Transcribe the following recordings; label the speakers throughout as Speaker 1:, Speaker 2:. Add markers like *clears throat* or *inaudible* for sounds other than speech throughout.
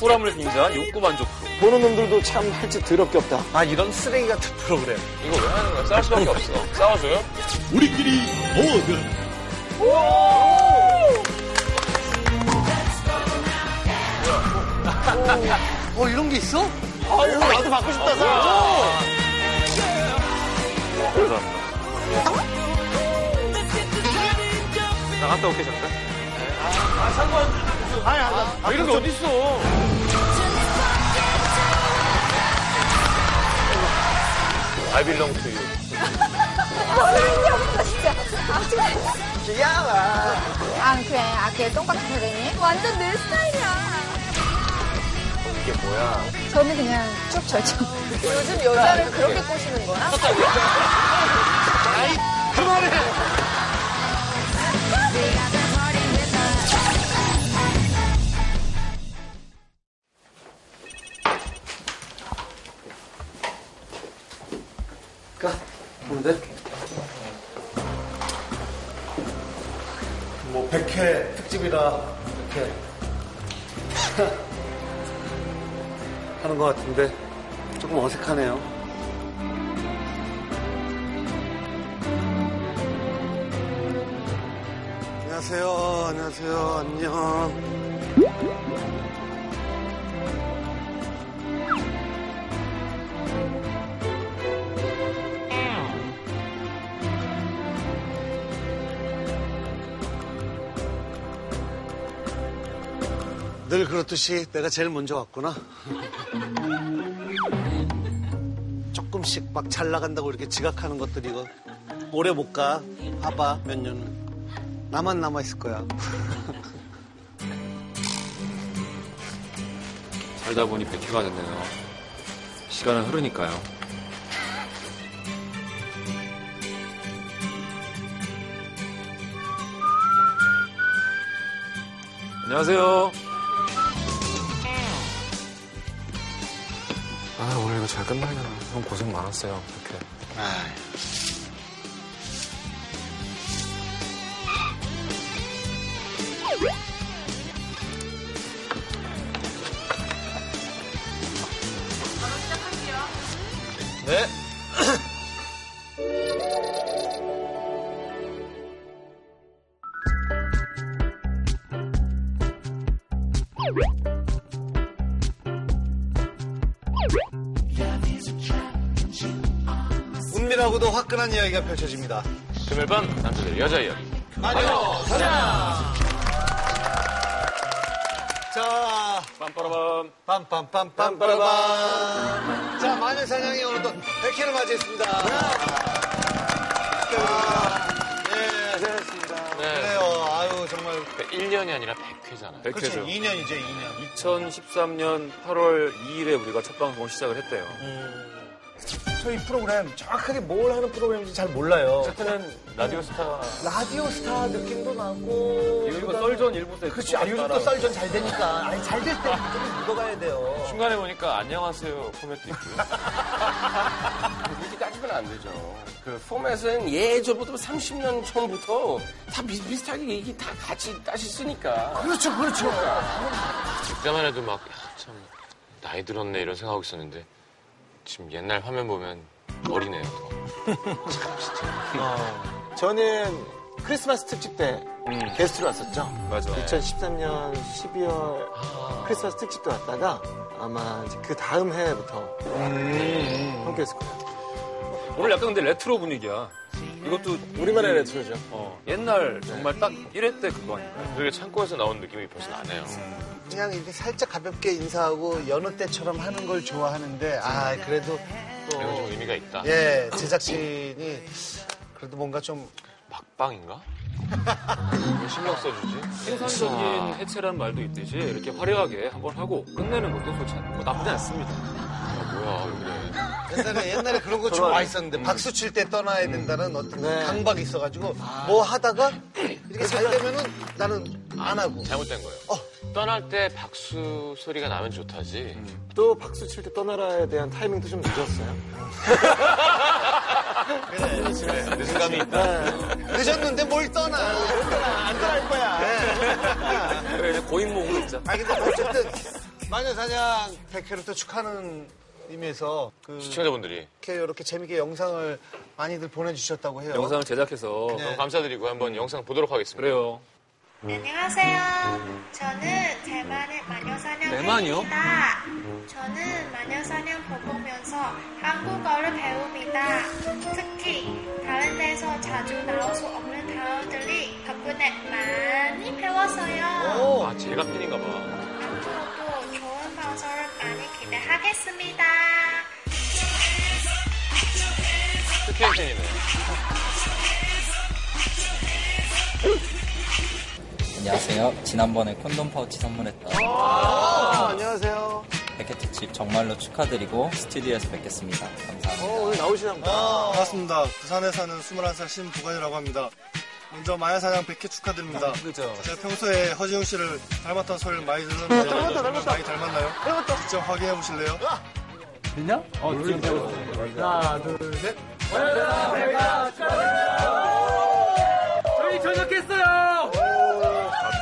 Speaker 1: 호라물 빙자 욕구 만족 프로.
Speaker 2: 보는 놈들도 참 할 짓 더럽게 없다.
Speaker 3: 아 이런 쓰레기 같은 프로그램.
Speaker 1: 이거 왜 하는 거야? 싸울 수밖에 없어. 싸워줘요?
Speaker 4: 우리끼리 모든
Speaker 3: 어 이런 게 있어?
Speaker 1: 아,
Speaker 2: 나도 받고 싶다, 사.
Speaker 1: 아, 나갔다 올게 잠깐.
Speaker 3: 아니 아, 아, 이런 게
Speaker 1: 그렇죠.
Speaker 3: 어디 있어?
Speaker 1: I belong to you.
Speaker 5: 모르겠어 진짜. 아, 진짜.
Speaker 6: 아, 그래. 아, 그래. 똥같은 사장님.
Speaker 5: 완전 내 스타일이야.
Speaker 1: 이게 뭐야?
Speaker 6: 저는 그냥 쭉 절정.
Speaker 5: 요즘 여자를 그렇게 꼬시는 거야?
Speaker 3: 뭐 백회 특집이라 이렇게 *laughs* 하는 것 같은데 조금 어색하네요. 안녕하세요. 안녕하세요. 안녕. 늘 그렇듯이 내가 제일 먼저 왔구나. 조금씩 막 잘 나간다고 이렇게 지각하는 것들 이거 오래 못 가. 봐봐 몇 년은 나만 남아 있을 거야.
Speaker 1: 살다 보니 100회가 됐네요. 시간은 흐르니까요. 안녕하세요. 아, 오늘 이거 잘 끝나려나. 형 고생 많았어요. 이렇게. 네,
Speaker 3: 은밀하고도 화끈한 이야기가 펼쳐집니다.
Speaker 1: 금요일 밤 남자들 여자 이야기.
Speaker 3: 자,
Speaker 1: 빰빠라밤.
Speaker 3: 빰빰빰빰빠라밤. 자, 마녀 사냥이 오늘 또 100회를 맞이했습니다. 네, 고생하셨습니다.
Speaker 1: 네. 그러니까
Speaker 3: 그래요. 아유, 정말.
Speaker 1: 1년이 아니라 100회잖아요.
Speaker 3: 그렇죠. 2년이죠, 2년.
Speaker 1: 2013년 8월 2일에 우리가 첫 방송을 시작을 했대요.
Speaker 3: 저희 프로그램 정확하게 뭘 하는 프로그램인지 잘 몰라요.
Speaker 1: 첫째는 라디오 스타.
Speaker 3: 라디오 스타 느낌도 나고.
Speaker 1: 그리고 썰전 일부 때.
Speaker 3: 그렇지. 아, 요즘 또 썰전 잘 되니까. 아니, 잘 될 때 좀 묻어가야 돼요.
Speaker 1: 중간에 보니까 안녕하세요 코멘트 있고요.
Speaker 7: 이렇게 따지면 안 되죠. 그 포맷은 예전부터 뭐 30년 전부터 다 비, 슷하게 이게 다 같이 다시 쓰니까.
Speaker 3: 그렇죠, 그렇죠.
Speaker 1: 그때만 해도 막 참 나이 들었네 이런 생각하고 있었는데 지금 옛날 화면 보면 어리네요. 더.
Speaker 2: 저는 크리스마스 특집 때
Speaker 1: 음.
Speaker 2: 게스트로 왔었죠.
Speaker 1: 맞아. 아.
Speaker 2: 2013년 12월 크리스마스 특집 때 왔다가 아마 이제 그 다음 해부터
Speaker 1: 음.
Speaker 2: 함께 했을 거예요.
Speaker 1: 오늘 약간 근데 레트로 분위기야. 이것도
Speaker 2: 우리만의 레트로죠.
Speaker 1: 어, 옛날 정말 딱 1회 때 그거 아닌가요? 되게 창고에서 나온 느낌이 벌써 나네요.
Speaker 3: 그냥 이렇게 살짝 가볍게 인사하고 여느 때처럼 하는 걸 좋아하는데, 아, 그래도 또.
Speaker 1: 이건 좀 의미가 있다.
Speaker 3: 예, 제작진이 그래도 뭔가 좀
Speaker 1: 막방인가? 왜 신경 써주지? 생산적인 해체란 말도 있듯이 이렇게 화려하게 한번 하고 끝내는 것도 좋지 않고 나쁘지 않습니다. 아, 뭐야 왜 그래?
Speaker 3: 옛날에 옛날에 그런 음. 거 좋아 있었는데 박수 칠 때 떠나야 된다는 어떤
Speaker 2: 네.
Speaker 3: 강박이 있어가지고 뭐 하다가 이렇게 잘 되면은 나는 안 하고
Speaker 1: 잘못된 거예요.
Speaker 3: 어.
Speaker 1: 떠날 때 박수 소리가 나면 좋다지.
Speaker 2: 또 박수 칠 때 떠나라에 대한 타이밍도 좀 늦었어요.
Speaker 1: 늦은감이 있다.
Speaker 3: 늦었는데 뭘 떠나.
Speaker 2: 안 떠날 거야.
Speaker 1: 그래, 이제 고인목으로 있자.
Speaker 3: 예. 아 근데 어쨌든 마녀사냥 100회를 또 축하하는 의미에서 그
Speaker 8: 시청자분들이
Speaker 3: 이렇게 이렇게 재밌게 영상을 많이들 보내주셨다고 해요.
Speaker 1: 영상을 제작해서.
Speaker 8: 너무 감사드리고 한번 영상 보도록 하겠습니다.
Speaker 1: 그래요.
Speaker 9: 안녕하세요. 저는 대만의 마녀사냥
Speaker 1: 대만이요?
Speaker 9: 팬입니다. 저는 마녀사냥 보면서 한국어를 배웁니다. 특히 다른 데서 자주 나올 수 없는 단어들이 덕분에 많이 배웠어요.
Speaker 1: 아, 제가 팬인가 봐.
Speaker 9: 앞으로도 좋은 방송을 많이 기대하겠습니다.
Speaker 8: 스페인 팬이네.
Speaker 10: 안녕하세요. 지난번에 콘돔 파우치 선물했던
Speaker 3: 아, 안녕하세요.
Speaker 10: 백혜트 집 정말로 축하드리고 스튜디오에서 뵙겠습니다. 감사합니다.
Speaker 2: 어, 오늘 나오시나 보다.
Speaker 1: 아.
Speaker 11: 반갑습니다. 부산에 사는 21살 신부관이라고 합니다. 먼저 마야사냥 100회 축하드립니다.
Speaker 2: 그죠.
Speaker 11: 제가 평소에 허지웅 씨를 닮았다는 소리를 많이
Speaker 3: 아,
Speaker 11: 들었는데
Speaker 2: 닮았다, 닮았다.
Speaker 11: 많이 닮았나요? 직접 확인해 보실래요?
Speaker 2: 하나, 둘, 셋.
Speaker 1: 아,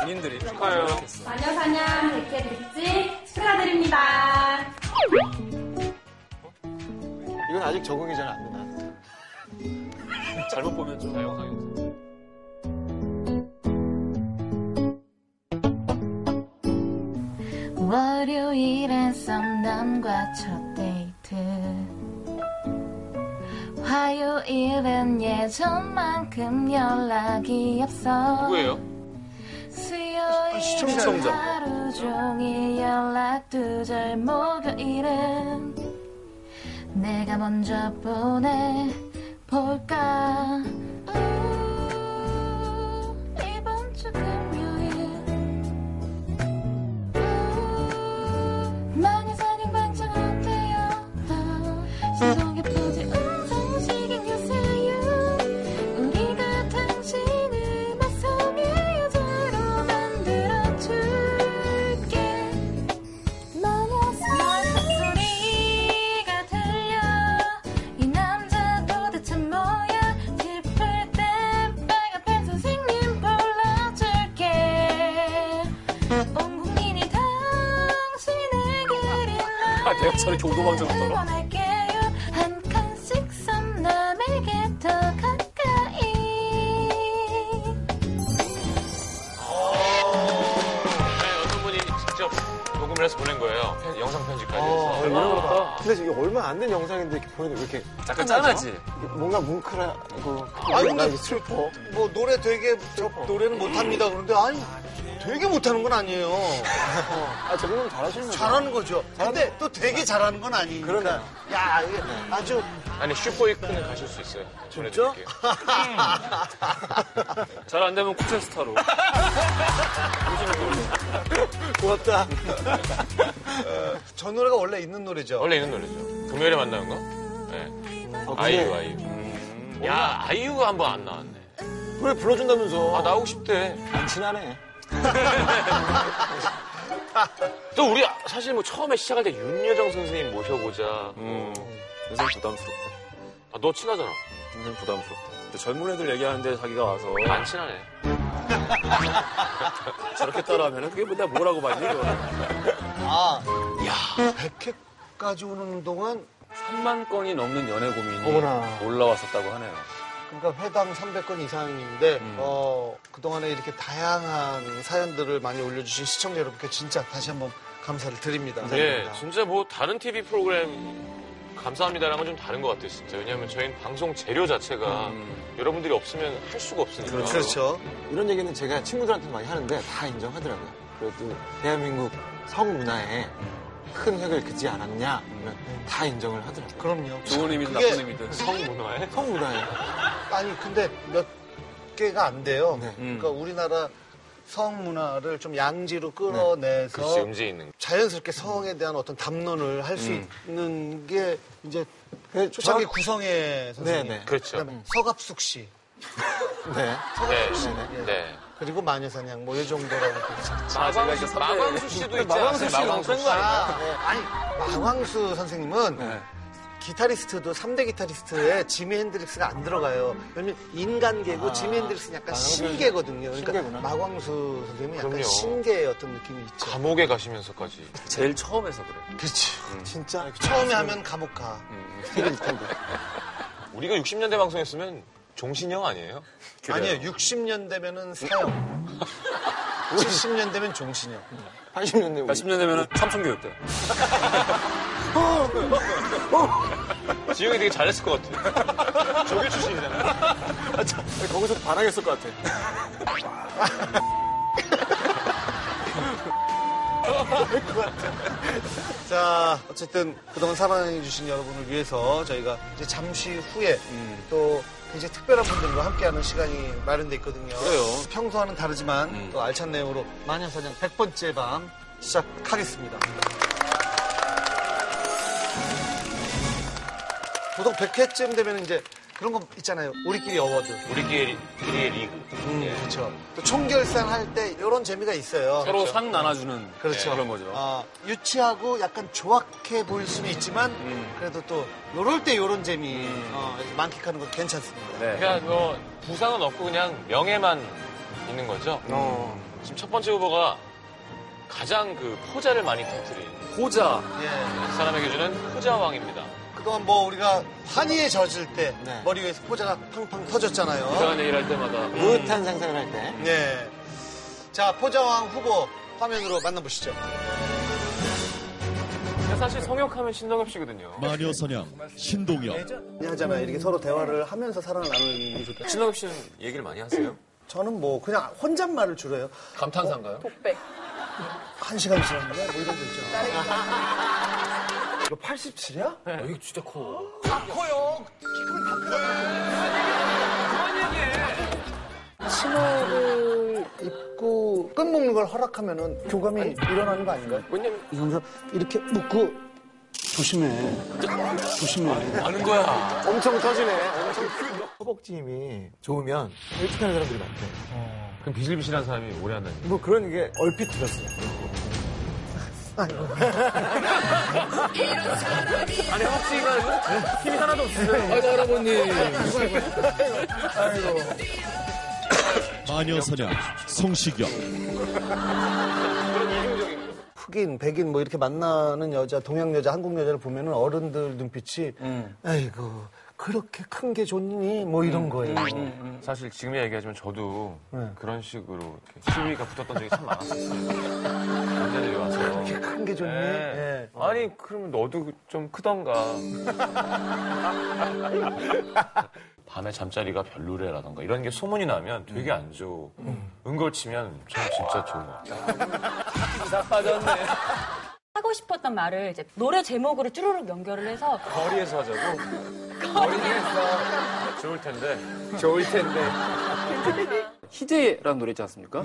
Speaker 1: 군인들이 축하해요.
Speaker 9: 마녀사냥 백회 특집 축하드립니다.
Speaker 2: 이건 아직 적응이 잘 안 되나?
Speaker 1: 잘못 보면 좀 다영상이
Speaker 6: 월요일엔 썸남과 첫 데이트 화요일은 예전만큼 연락이 없어
Speaker 1: 누구예요?
Speaker 6: 수요일은
Speaker 3: 네.
Speaker 1: 시청자.
Speaker 6: 하루 종일 연락 두절 목요일은 내가 먼저 보내볼까 우, 이번 주 금요일 우, 많이 사는 방송 어때요 아, 시선 깊어지 음성식인 유세요 우리가 당신을 낯선의 여자로 만들어줄게 소리가 들려 이 남자 도대체 뭐야 싶을 때 빨간 팬 선생님 불러줄게 온 국민이 당신의 그림
Speaker 1: 아, 내가 저렇게 오도방정 떨어?
Speaker 6: 원할게요 한 칸씩 썸남에게 더 가까이
Speaker 8: 네, 어떤 분이 직접 녹음을 해서 보낸 거예요. 편- 영상 편집까지 해서.
Speaker 1: 어렵다.
Speaker 2: 근데 이게 얼마 안 된 영상인데 이렇게 보는데 왜 이렇게
Speaker 1: 약간 짠하지?
Speaker 2: 뭔가 뭉클하고
Speaker 3: 아,
Speaker 2: 뭔가
Speaker 3: 근데-
Speaker 2: 이게 슬퍼.
Speaker 3: 뭐 노래 되게 저 노래는 못합니다 그런데 아니 되게 못하는 건 아니에요.
Speaker 2: 아, 적응 잘하시는 거죠?
Speaker 3: 잘하는 거죠. 근데 또 되게 잘하는 건 아니니까.
Speaker 2: 그러나.
Speaker 3: 야 이게 아주 그렇죠?
Speaker 8: 아니, 슈퍼이크는 가실 수 있어요. 보내드릴게요.
Speaker 1: 잘 안 되면 국제 스타로.
Speaker 2: 고맙다.
Speaker 3: *laughs* 저 노래가 원래 있는 노래죠.
Speaker 8: 원래 있는 노래죠. 금요일에 만나는 거? 네.
Speaker 2: 어, 근데
Speaker 8: 아이유, 아이유. 음. 야, 아이유가 한 번 안 나왔네.
Speaker 2: 노래 불러준다면서.
Speaker 8: 아, 나오고 싶대.
Speaker 2: 안 친하네.
Speaker 8: *laughs* 또 우리 사실 뭐 처음에 시작할 때 윤여정 선생님 모셔보자.
Speaker 1: 음, 요즘 부담스럽다.
Speaker 8: 아, 너 친하잖아.
Speaker 1: 요즘 부담스럽다. 근데 젊은 애들 얘기하는데 자기가 와서
Speaker 8: 안 친하네.
Speaker 1: 저렇게 따라하면 그게 뭐 내가 뭐라고 봤니? 이거.
Speaker 3: 아, 야, 100회까지 오는 동안
Speaker 1: 3만 건이 넘는 연애 고민이
Speaker 2: 어머나.
Speaker 1: 올라왔었다고 하네요.
Speaker 3: 그러니까 회당 300건 이상인데
Speaker 2: 음.
Speaker 3: 어, 그동안에 이렇게 다양한 사연들을 많이 올려주신 시청자 여러분께 진짜 다시 한번 감사를 드립니다.
Speaker 8: 예, 진짜 뭐 다른 TV 프로그램 감사합니다라는 건 좀 다른 것 같아요, 진짜. 왜냐하면 저희는 방송 재료 자체가 여러분들이 없으면 할 수가 없으니까.
Speaker 3: 음. 그렇죠.
Speaker 2: 이런 얘기는 제가 친구들한테 많이 하는데 다 인정하더라고요. 그래도 대한민국 성문화에 큰 획을 그지 않았냐? 그러면 다 인정을 하더라고요.
Speaker 3: 그럼요.
Speaker 1: 좋은 의미든
Speaker 3: 그게-
Speaker 1: 나쁜 의미든.
Speaker 8: 성문화에?
Speaker 2: 성문화에.
Speaker 3: 아니 근데 몇 개가 안 돼요.
Speaker 2: 네.
Speaker 3: 그러니까
Speaker 8: 음.
Speaker 3: 우리나라 성 문화를 좀 양지로 끌어내서
Speaker 8: 그렇지, 네. 음지에 있는 음. 거.
Speaker 3: 자연스럽게 성에 대한 어떤 담론을 할 수 있는 게 이제
Speaker 8: 네,
Speaker 2: 그
Speaker 3: 초창기
Speaker 2: 정확-
Speaker 3: 구성의 선생님,
Speaker 2: 네, 네.
Speaker 8: 그렇죠.
Speaker 3: 그다음에 서갑숙 씨,
Speaker 2: 네.
Speaker 8: 네.
Speaker 2: 네.
Speaker 8: 네.
Speaker 3: 그리고 마녀사냥 뭐 이 정도라고 보죠.
Speaker 8: 마광수,
Speaker 3: 네,
Speaker 8: 마광수 씨도 있지 않았어요? 마광수 씨.
Speaker 3: 아, 네. 아니 마광수 선생님은 기타리스트도 3대 기타리스트에 지미 핸드릭스가 안 들어가요. 왜냐면 인간계고 지미 핸드릭스는 약간 아. 신계거든요. 그러니까 마광수 선생님은 약간
Speaker 8: 그럼요.
Speaker 3: 신계의 어떤 느낌이 있죠.
Speaker 8: 감옥에 가시면서까지.
Speaker 1: 제일 처음에서 그래. 그러니까
Speaker 3: 그치. 음, 진짜 처음에 하면 감옥 가.
Speaker 8: 우리가 60년대 방송했으면 종신형 아니에요?
Speaker 3: 아니에요. 60년 되면은 *laughs* 사형. 70년 되면 종신형.
Speaker 2: 80년대
Speaker 1: 80년 되면 삼성교육대.
Speaker 8: 지영이 되게 잘했을 것 같아.
Speaker 3: *laughs*
Speaker 8: 조교 출신이잖아.
Speaker 2: 거기서 바라겠을 것 같아.
Speaker 3: 자, 어쨌든 그동안 사랑해주신 여러분을 위해서 저희가 이제 잠시 후에
Speaker 1: 음.
Speaker 3: 또 굉장히 특별한 분들과 함께하는 시간이 마련돼 있거든요.
Speaker 1: 그래요. 음.
Speaker 3: 평소와는 다르지만 또 알찬 내용으로 마녀사냥 100번째 밤 시작하겠습니다. 보통 100회쯤 되면 이제 그런 거 있잖아요. 우리끼리 어워드.
Speaker 8: 우리끼리 우리의 예. 리그.
Speaker 3: 음, 그렇죠. 또 총결산 할 때 이런 재미가 있어요.
Speaker 1: 서로 상 나눠주는
Speaker 3: 그렇죠.
Speaker 1: 런 거죠.
Speaker 3: 아, 유치하고 약간 조악해 보일 수는 있지만
Speaker 1: 음.
Speaker 3: 그래도 또 요럴 때 요런 재미 어, 이렇게 만끽하는 것도 괜찮습니다.
Speaker 1: 네.
Speaker 8: 그러니까 뭐 부상은 없고 그냥 명예만 있는 거죠.
Speaker 3: 어.
Speaker 8: 지금 첫 번째 후보가 가장 그 포자를 많이 터뜨린
Speaker 1: 호자.
Speaker 3: 예.
Speaker 8: 사람에게 주는 포자왕입니다.
Speaker 3: 그동안 뭐 우리가 환희에 젖을 때
Speaker 2: 네.
Speaker 3: 머리 위에서 포자가 팡팡 터졌잖아요.
Speaker 1: 이상한 얘기를 할 때마다.
Speaker 2: 무릇한 상상을 할 때.
Speaker 3: 네. 자, 포자왕 후보 화면으로 만나보시죠.
Speaker 8: 사실 성역하면 신동엽 씨거든요.
Speaker 4: 마녀
Speaker 2: 네,
Speaker 4: 사냥 신동엽
Speaker 3: 하잖아요. 이렇게 서로 대화를 하면서 사랑을 나누는 게 좋다.
Speaker 1: 신동엽 씨는 얘기를 많이 하세요?
Speaker 3: 저는 뭐 그냥 혼잣말을 주로 해요.
Speaker 1: 감탄사인가요?
Speaker 5: 독백.
Speaker 3: 한 시간 지났는데 뭐 이런 거 있죠. 이거 87이야?
Speaker 1: 어, 이거 진짜 커.
Speaker 3: 치마를 네. 입고 끈 묶는 걸 허락하면은 교감이 일어나는 거 아닌가요?
Speaker 1: 왜냐면
Speaker 3: 이러면서 이렇게 묶고 조심해. 조심해.
Speaker 1: 아는 거야.
Speaker 2: 엄청 터지네. 엄청 허벅지 힘이 좋으면 일찍하는 사람들이 많대.
Speaker 8: 그럼 비실비실한 사람이 오래 한다니.
Speaker 2: 뭐 그런 게 얼핏 들었어요.
Speaker 1: 아니 확실히가 힘이 하나도 없어요. 아이고 할아버님.
Speaker 4: 마녀 사냥 성시경
Speaker 3: 흑인, 백인 뭐 이렇게 만나는 여자, 동양 여자, 한국 여자를 보면은 어른들 눈빛이
Speaker 1: 음.
Speaker 3: 아이고 그렇게 큰 게 좋니? 뭐 이런 거예요.
Speaker 1: 음,
Speaker 8: 음, 사실 지금 얘기하지만 저도 그런 식으로 이렇게 시위가 붙었던 적이 참 많았었어요. 남자들이 와서.
Speaker 3: 그렇게 큰 게 좋니?
Speaker 8: 네.
Speaker 3: 예.
Speaker 8: 아니 그러면 너도 좀 *laughs* 크던가. 밤에 잠자리가 별로래라던가 이런 게 소문이 나면 되게 안 좋은 걸 치면 저 진짜 좋은 것 같아요.
Speaker 12: 하고 싶었던 말을 이제 노래 제목으로 쭈루룩 연결을 해서
Speaker 1: 거리에서 하자고.
Speaker 8: 좋을 텐데
Speaker 1: 좋을 텐데. 희대라는 노래 있지 않습니까?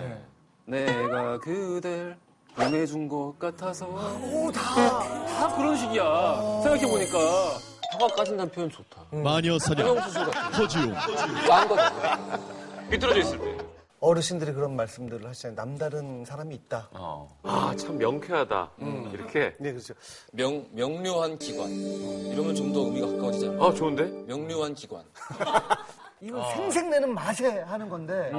Speaker 1: 네. 내가 그댈 보내준 것 같아서. 오, 다. 다 그런 식이야. 생각해보니까. 화가 까진다는 표현 좋다.
Speaker 4: 마녀 사냥 허지웅
Speaker 1: 딴 거다.
Speaker 8: 삐뚤어져 있을 때.
Speaker 3: 어르신들이 그런 말씀들을 하시잖아요. 남다른 사람이 있다.
Speaker 8: 아 참 명쾌하다. 이렇게.
Speaker 3: 네, 그렇죠.
Speaker 10: 명, 명료한 기관. 이러면 좀 더 의미가 가까워지잖아요.
Speaker 1: 어,
Speaker 8: 아 좋은데?
Speaker 10: 명료한 기관.
Speaker 3: 이건 생색내는 맛에 하는 건데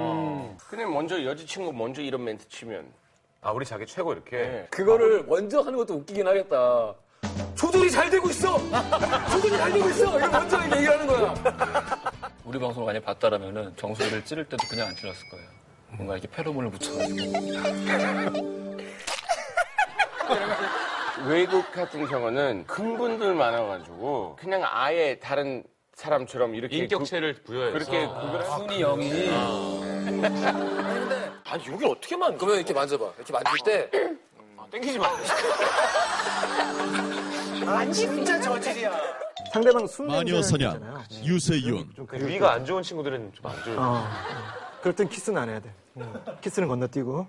Speaker 7: 근데 먼저 여자친구 먼저 이런 멘트 치면
Speaker 8: 아 우리 자기 최고 이렇게.
Speaker 1: 그거를 먼저 하는 것도 웃기긴 하겠다. 조절이 잘 되고 있어! 조절이 잘 되고 있어! 이런 먼저 얘기하는 거야.
Speaker 13: 우리 방송을 많이 봤다라면은 정수리를 찌를 때도 그냥 안 찔렀을 거예요. 뭔가 이렇게 페로몬을 붙여가지고.
Speaker 7: 외국 같은 경우는 흥분들 많아가지고 그냥 아예 다른 사람처럼 이렇게
Speaker 8: 인격체를 부여해서.
Speaker 7: 구- 그렇게 구별할 수
Speaker 13: 순이 영이.
Speaker 8: 아니 여기 어떻게 만?
Speaker 13: 그러면 이렇게 만져봐. 이렇게 만질 때
Speaker 8: 땡기지 마.
Speaker 2: 상대방 숨
Speaker 4: 마녀 사냥
Speaker 2: 네.
Speaker 4: 유세윤
Speaker 8: 위가 안 좋은 친구들은 좀 안 좋은.
Speaker 2: 어, 그럴 땐 키스는 안 해야 돼. 네. 키스는 건너뛰고.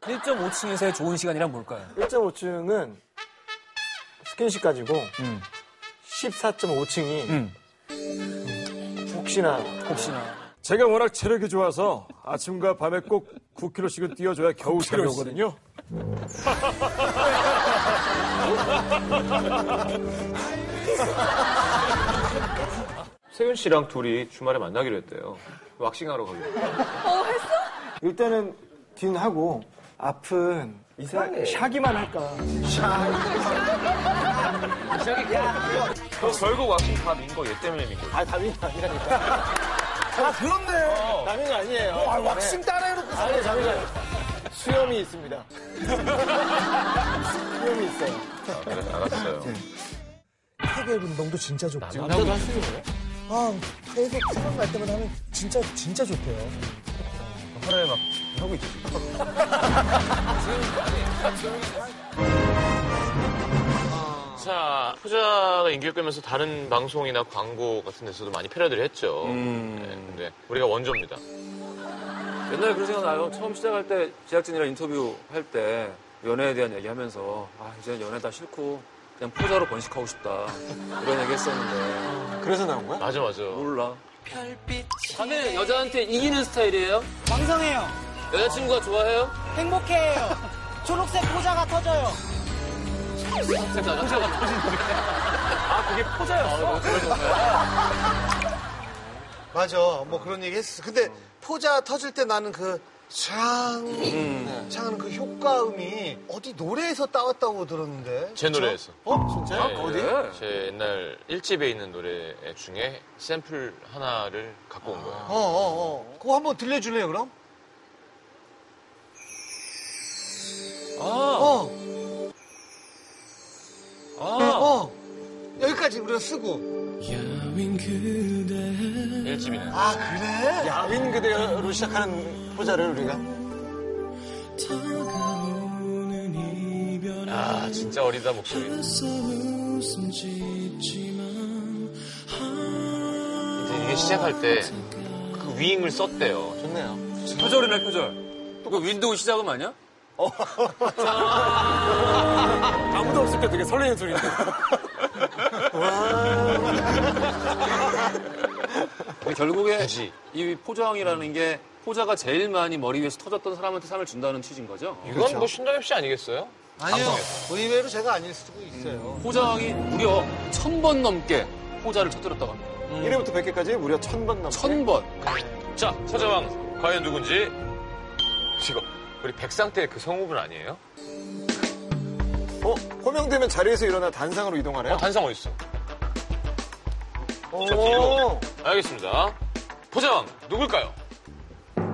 Speaker 13: 1.5층에서의 좋은 시간이란 뭘까요?
Speaker 2: 1.5층은 스킨십까지고
Speaker 13: 음.
Speaker 2: 14.5층이 혹시나
Speaker 13: 혹시나.
Speaker 2: 제가 워낙 체력이 좋아서 아침과 밤에 꼭 9kg씩은 뛰어줘야 겨우 잠이 오거든요.
Speaker 8: 세윤 씨랑 둘이 주말에 만나기로 했대요. 왁싱하러 가기로.
Speaker 5: 어, 했어?
Speaker 14: 일단은 딘 하고 앞은 이상 샤기만 할까.
Speaker 8: 너 결국 왁싱 다 민 거 얘 때문에 민 거야.
Speaker 2: 아, 다 민거 아니라니까. 아, 그런데. 남인 거 아니에요. 네.
Speaker 14: 어, 아, 왁싱 따라 해놓고
Speaker 2: 아니, 잠시만요. 수염이 *laughs* 있습니다. 수염이 있어요.
Speaker 8: 그래, 알았어요.
Speaker 3: 세계 운동도 진짜 좋고.
Speaker 2: 남자도 할 수 있는 거예요?
Speaker 3: 아, 계속 수영 갈 때마다 하면 진짜, 진짜 좋대요.
Speaker 2: 하루에 막
Speaker 8: *laughs*
Speaker 2: 하고 있지.
Speaker 8: 자, 후자가 인기를 끌면서 다른 방송이나 광고 같은 데서도 많이 패러디를 했죠.
Speaker 1: 음.
Speaker 3: 예.
Speaker 8: 네, 근데 우리가 원조입니다.
Speaker 1: 옛날에 그런 생각 나요. 처음 시작할 때 제작진이랑 인터뷰 할 때 연애에 대한 얘기하면서 아 이제 연애 다 싫고 그냥 포자로 번식하고 싶다 이런 얘기 했었는데
Speaker 2: 그래서 나온 거야?
Speaker 8: 맞아 맞아
Speaker 1: 몰라
Speaker 15: 별빛.
Speaker 13: 자네 여자한테 이기는 스타일이에요?
Speaker 15: 왕성해요.
Speaker 13: 여자친구가 좋아해요?
Speaker 15: 행복해요. 초록색 포자가 터져요.
Speaker 13: 포자가
Speaker 8: 아, 그게 포자였어?
Speaker 3: 맞아. 뭐 그런 얘기 했어. 근데 포자 터질 때 나는 그 샹, 샹하는 그 효과음이 어디 노래에서 따왔다고 들었는데.
Speaker 8: 제 노래에서.
Speaker 3: 어? 진짜요?
Speaker 8: 네,
Speaker 3: 어디?
Speaker 8: 제 옛날 1집에 있는 노래 중에 샘플 하나를 갖고 온 거예요.
Speaker 3: 어, 어, 어. 그거 한번 들려줄래요, 그럼?
Speaker 1: 아.
Speaker 3: 어.
Speaker 1: 아.
Speaker 3: 어. 여기까지 우리가 쓰고.
Speaker 15: 야윈 그대.
Speaker 8: 1집이네.
Speaker 3: 아, 그래?
Speaker 2: 야윈 그대로 시작하는 포자를 우리가.
Speaker 3: 네.
Speaker 8: 아, 진짜 어리다, 목소리. 이제 이게 시작할 때 그 위임을 썼대요.
Speaker 2: 좋네요.
Speaker 1: 표절이네 표절 그 윈도우 시작음 아니야? 어. *laughs* 아무도 없을 때 되게 설레는 소리인데 근데 결국에 이 포장이라는 게 포자가 제일 많이 머리 위에서 터졌던 사람한테 상을 준다는 취지인 거죠?
Speaker 8: 이건 뭐 신동엽 씨 아니겠어요?
Speaker 3: 아니요. 의외로 그 제가 아닐 수도 있어요.
Speaker 1: 포장이 무려 천 번 넘게 포자를 터뜨렸다고 합니다.
Speaker 2: 1위부터 100개까지 무려 1000번
Speaker 1: 네?
Speaker 2: 넘게.
Speaker 1: 1000번.
Speaker 8: 자, 서자왕 과연 누군지 이거 우리 백상태 그 성우분 아니에요?
Speaker 2: 어? 호명되면 자리에서 일어나 단상으로 이동하래요?
Speaker 8: 어, 단상 어딨어?
Speaker 2: 오.
Speaker 8: 자, 뒤로. 알겠습니다. 포장 누굴까요?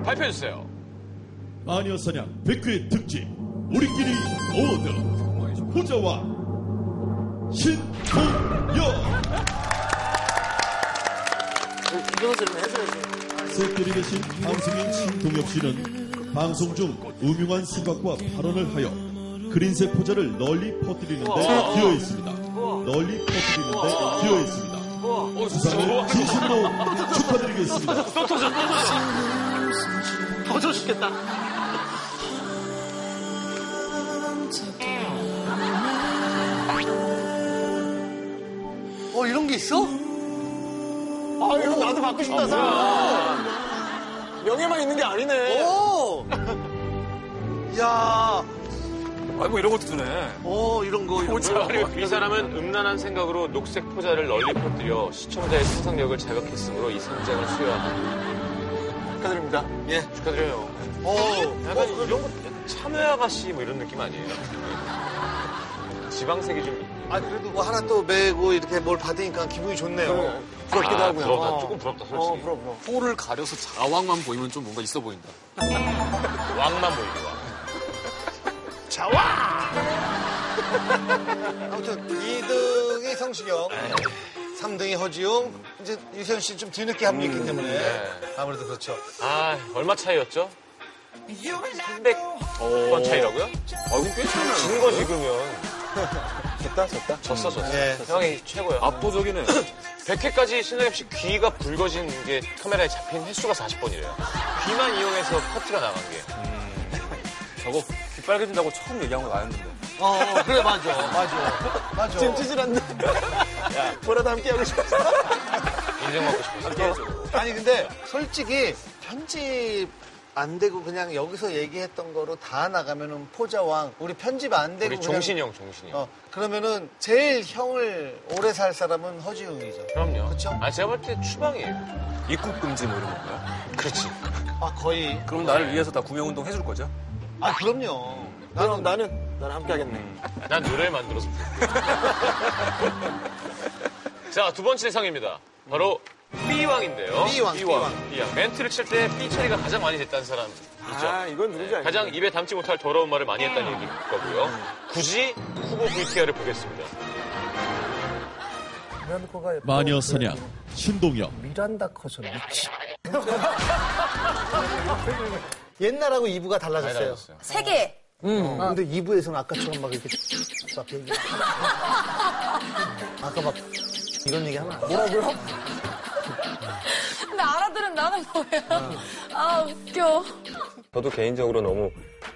Speaker 8: 발표해주세요.
Speaker 4: 마녀사냥 100회 특집 우리끼리 오드 후자와 신동엽
Speaker 2: 이것을 해줘야지.
Speaker 4: 셋들이 계신 방송인 신동엽 씨는 방송 중 음흉한 생각과 발언을 하여 그린색 포자를 널리 퍼뜨리는데
Speaker 8: 우와.
Speaker 4: 기여했습니다. 널리 퍼뜨리는데 기여했습니다. 수상을 진심으로 축하드리겠습니다.
Speaker 8: 또
Speaker 15: 터져.
Speaker 8: 터져, 또
Speaker 4: 터져 죽겠다.
Speaker 3: 어, 이런 게 있어?
Speaker 2: 아, 이거 나도 받고 싶다, 상. 명예만 있는 게 아니네. *laughs*
Speaker 3: 오! 야
Speaker 1: 뭐 아이고 이런 것도 드네.
Speaker 3: 오, 이런 거. 이런 거.
Speaker 8: 이 사람은 음란한 생각으로 녹색 포자를 널리 퍼뜨려 시청자의 상상력을 자극했으므로 이 상장을 수여합니다.
Speaker 2: 축하드립니다.
Speaker 8: 예. 축하드려요.
Speaker 3: 어.
Speaker 2: 오.
Speaker 8: 약간 이런 거 참외 아가씨 뭐 이런 느낌 아니에요? 지방색이 좀.
Speaker 3: 아, 그래도 뭐 하나 또 메고 이렇게 뭘 받으니까 기분이 좋네요. 부럽기도
Speaker 8: 아,
Speaker 3: 하고요.
Speaker 8: 부럽다.
Speaker 3: 어.
Speaker 8: 조금 부럽다,
Speaker 3: 어,
Speaker 8: 솔직히.
Speaker 3: 부러워, 부러워.
Speaker 1: 포를 가려서 자왕만 보이면 좀 뭔가 있어 보인다.
Speaker 8: 왕만 보이고 왕.
Speaker 3: 아무튼 2등이 성시경, 3등이 허지웅, 이제 유세윤 씨 좀 뒤늦게 합류했기 때문에
Speaker 8: 음, 네.
Speaker 3: 아무래도 그렇죠.
Speaker 8: 아, 얼마 차이였죠? 300번 차이라고요?
Speaker 1: 얼굴 꽤 차이나요?
Speaker 8: 진 거 지금은.
Speaker 2: 졌다, 졌다.
Speaker 8: 어. 졌어, 졌어.
Speaker 2: 예.
Speaker 8: 형이 최고야.
Speaker 1: 압도적이네.
Speaker 8: 100회까지 신동엽 씨 귀가 붉어진 게 카메라에 잡힌 횟수가 40번이래요. 귀만 이용해서 커트가 나간 게.
Speaker 1: 저거 귀 빨개진다고 처음 얘기한 거 아니었는데.
Speaker 3: 어, 그래, *laughs* 맞아. 맞아. 맞아.
Speaker 2: 지금 찌질한데? 뭐라도 함께 하고 싶었어.
Speaker 8: 아, 인정받고 싶어서.
Speaker 3: 아니, 근데 솔직히 편집 안 되고 그냥 여기서 얘기했던 거로 다 나가면은 포자왕 우리 편집 안 되고
Speaker 8: 우리 종신형, 종신형.
Speaker 3: 어, 그러면은 제일 형을 오래 살 사람은 허지웅이죠.
Speaker 8: 그럼요. 그렇죠. 아 제가 볼 때 추방이에요. 입국 금지 뭐 이런 건가요? 그렇지.
Speaker 3: 아 거의.
Speaker 16: 그럼 나를 위해서 다 구명운동 해줄 거죠?
Speaker 3: 아 그럼요.
Speaker 17: 나는 나는 나는 함께 하겠네.
Speaker 8: 난 노래 만들어서. *laughs* 자두 번째 상입니다. 바로 음. B왕인데요.
Speaker 17: B왕,
Speaker 8: B왕. B왕. 멘트를 칠 때 B 처리가 가장 많이 됐다는 사람 있죠.
Speaker 17: 아, 이건 누군지 알겠네.
Speaker 8: 가장 입에 담지 못할 더러운 말을 많이 했다는 얘기일 거고요. 굳이 후보 VTR을 보겠습니다.
Speaker 3: 미란다커가
Speaker 18: 마녀 사냥 신동엽
Speaker 3: 미란다커서 미치. 옛날하고 2부가 달라졌어요.
Speaker 5: 세 개.
Speaker 3: 음. 근데 2부에서는 아까처럼 막 이렇게 막 얘기. 아까 막 이런 얘기 하면 안 돼. 뭐라고요?
Speaker 5: 근데 알아들은 나는 뭐야? 아 웃겨.
Speaker 19: 저도 개인적으로 너무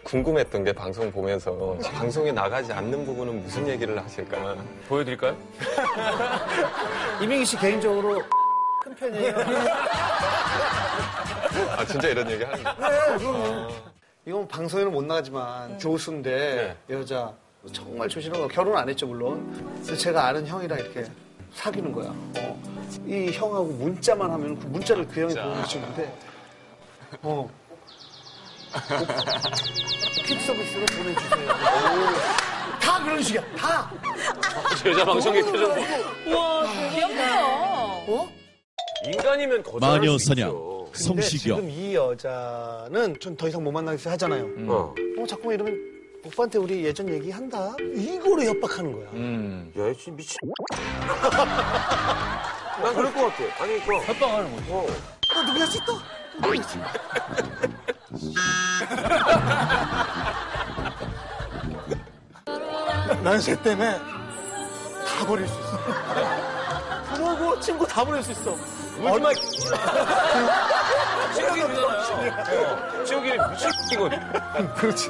Speaker 19: 궁금했던 게 방송 보면서 방송에 나가지 않는 부분은 무슨 얘기를 하실까
Speaker 8: 보여드릴까요?
Speaker 3: 이민기 씨 개인적으로 큰 편이에요.
Speaker 19: 아 진짜 이런 얘기 하는
Speaker 8: *laughs*
Speaker 19: 거예요?
Speaker 3: 네, 그럼요. 이건 뭐 방송에는 못 나가지만 교수인데
Speaker 14: 네.
Speaker 3: 여자 정말 조심한 거 결혼 안 했죠 물론. 근데 제가 아는 형이랑 이렇게 사귀는 거야. 어. 이 형하고 문자만 하면 그 문자를 그 형이 보내주는데
Speaker 14: *laughs*
Speaker 3: 어. 퀵 서비스로 보내주세요. 다 그런 식이야. 다.
Speaker 8: 여자 뭐 방송의 표정. 보-
Speaker 5: 우와 귀엽네요.
Speaker 3: 어?
Speaker 8: 인간이면 거절할
Speaker 18: 마녀
Speaker 8: 수
Speaker 18: 사냥
Speaker 8: 있죠.
Speaker 18: 성시경
Speaker 3: 지금 이 여자는 전 더 이상 못 만나겠어 하잖아요.
Speaker 14: 음.
Speaker 3: 어. 자꾸만 이러면 오빠한테 우리 예전 얘기 한다. 이거로 협박하는 거야.
Speaker 14: 음.
Speaker 16: 야, 이
Speaker 8: *laughs*
Speaker 16: 미친.
Speaker 3: 난 그럴 것 같아. 아니 그 협박하는 거지. 나 누구야 씻다.
Speaker 2: 난 쟤 때문에 다 버릴 수 있어. 그러고 친구 다 버릴 수 있어. 얼마
Speaker 8: 지옥이잖아요. 지옥이 미친이거든.
Speaker 2: 그렇지.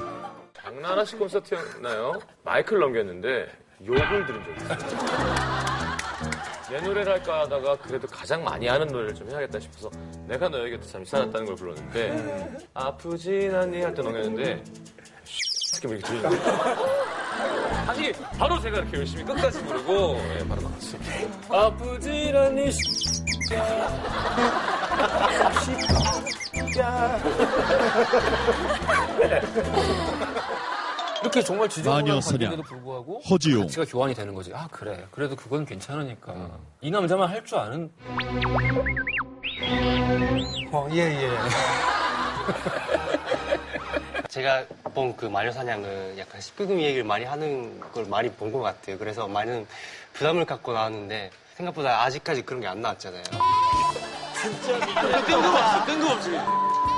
Speaker 8: 장난하실 콘서트였나요? 마이크를 넘겼는데 욕을 들은 적이 있어요. 내 노래를 할까 하다가 그래도 가장 많이 하는 노래를 좀 해야겠다 싶어서 내가 너에게 참 이상하다는 걸 불렀는데 아프진 않니 할 때 넘겼는데 이렇게 이렇게 들리는 거예요. 아니 바로 제가 이렇게 열심히 끝까지 부르고 예, 바로 나왔어요. 아프진 않니
Speaker 1: *laughs* 이렇게 정말
Speaker 18: 마녀
Speaker 1: 지저분한
Speaker 18: 사냥.
Speaker 1: 관계에도 불구하고
Speaker 18: 허지용.
Speaker 1: 가치가 교환이 되는 거지. 아 그래. 그래도 그건 괜찮으니까. 이 남자만 할 줄 아는
Speaker 3: 어, 예, 예.
Speaker 20: 제가 본 그 마녀사냥은 약간 19금 얘기를 많이 하는 걸 많이 본 것 같아요. 그래서 많은 부담을 갖고 나왔는데 생각보다 아직까지 그런 게 안 나왔잖아요.
Speaker 17: 뜬금없이 뜬금없이.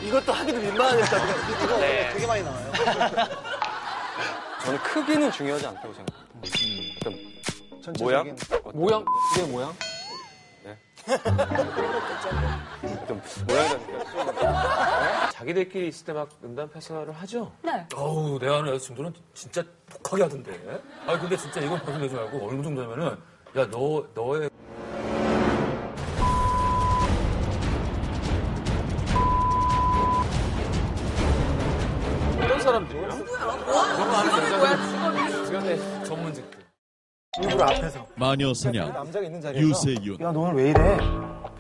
Speaker 17: 이것도 하기도 민망하니까 이거
Speaker 20: 네.
Speaker 17: 되게 많이 나와요.
Speaker 20: *laughs* 저는 크기는 중요하지 않다고 생각해요.
Speaker 19: 모양?
Speaker 1: 모양?
Speaker 20: 내 모양?
Speaker 8: 좀 모양이라니까. 자기들끼리 있을 때 막 음담 패스화를 하죠.
Speaker 21: 네.
Speaker 1: 어우, 내 아는 여자친구는 진짜 독하게 하던데. 아니, 근데 진짜 이건 방송 되지 말고 어느 정도면은, 야, 너, 너의.
Speaker 8: 이런 사람들이요.
Speaker 1: 주변에 전문직들.
Speaker 2: 일부러 앞에서.
Speaker 18: 마녀 사냥
Speaker 2: 남자가 있는 자리에서.
Speaker 18: 유세윤
Speaker 2: 야, 너 오늘 왜 이래?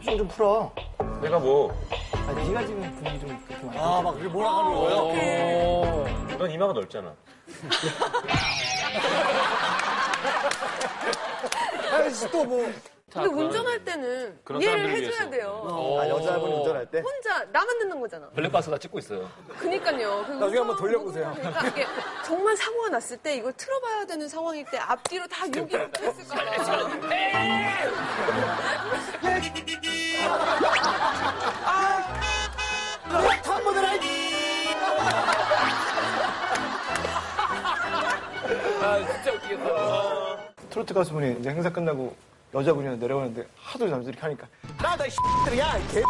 Speaker 2: 표정 좀 풀어.
Speaker 8: 내가 뭐
Speaker 2: 아, 네가 지금 분위기 좀 이렇게 좀.
Speaker 8: 아, 막 이렇게 몰아가는 거예요? 넌 이마가 넓잖아.
Speaker 6: 또 뭐. 근데 운전할 때는
Speaker 1: 그런
Speaker 6: 이해를
Speaker 1: 사람들을
Speaker 6: 해줘야
Speaker 1: 위해서.
Speaker 6: 돼요.
Speaker 1: 어. 아, 여자분이 운전할 때?
Speaker 6: 혼자 나만 듣는 거잖아.
Speaker 1: 블랙박스 다 찍고 있어요.
Speaker 6: 그니까요. 그
Speaker 1: 나중에 한번
Speaker 6: 운전
Speaker 1: 돌려보세요.
Speaker 6: 그러니까 이게 정말 사고가 났을 때 이걸 틀어봐야 되는 상황일 때 앞뒤로 다 욕이 붙어있을까 봐.
Speaker 1: 아, 진짜 웃기겠다.
Speaker 2: 트로트 가수분이 이제 행사 끝나고 여자분이 내려오는데 하도 남자들이 하니까 나다 이 X들아 야이 개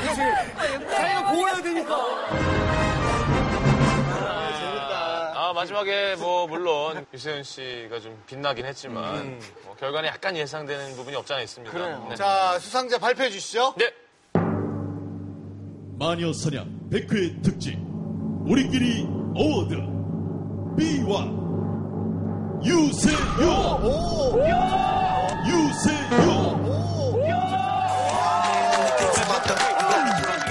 Speaker 22: 진짜.
Speaker 8: 마지막에 뭐 물론 유세윤 씨가 좀 빛나긴 했지만
Speaker 15: 음.
Speaker 8: 뭐 결과는 약간 예상되는 부분이 없지 않아 있습니다. 네.
Speaker 14: 자, 수상자 발표해 주시죠.
Speaker 8: 네.
Speaker 4: 마녀 사냥 100회 특집 우리끼리 어워드 B와 유세윤 유세윤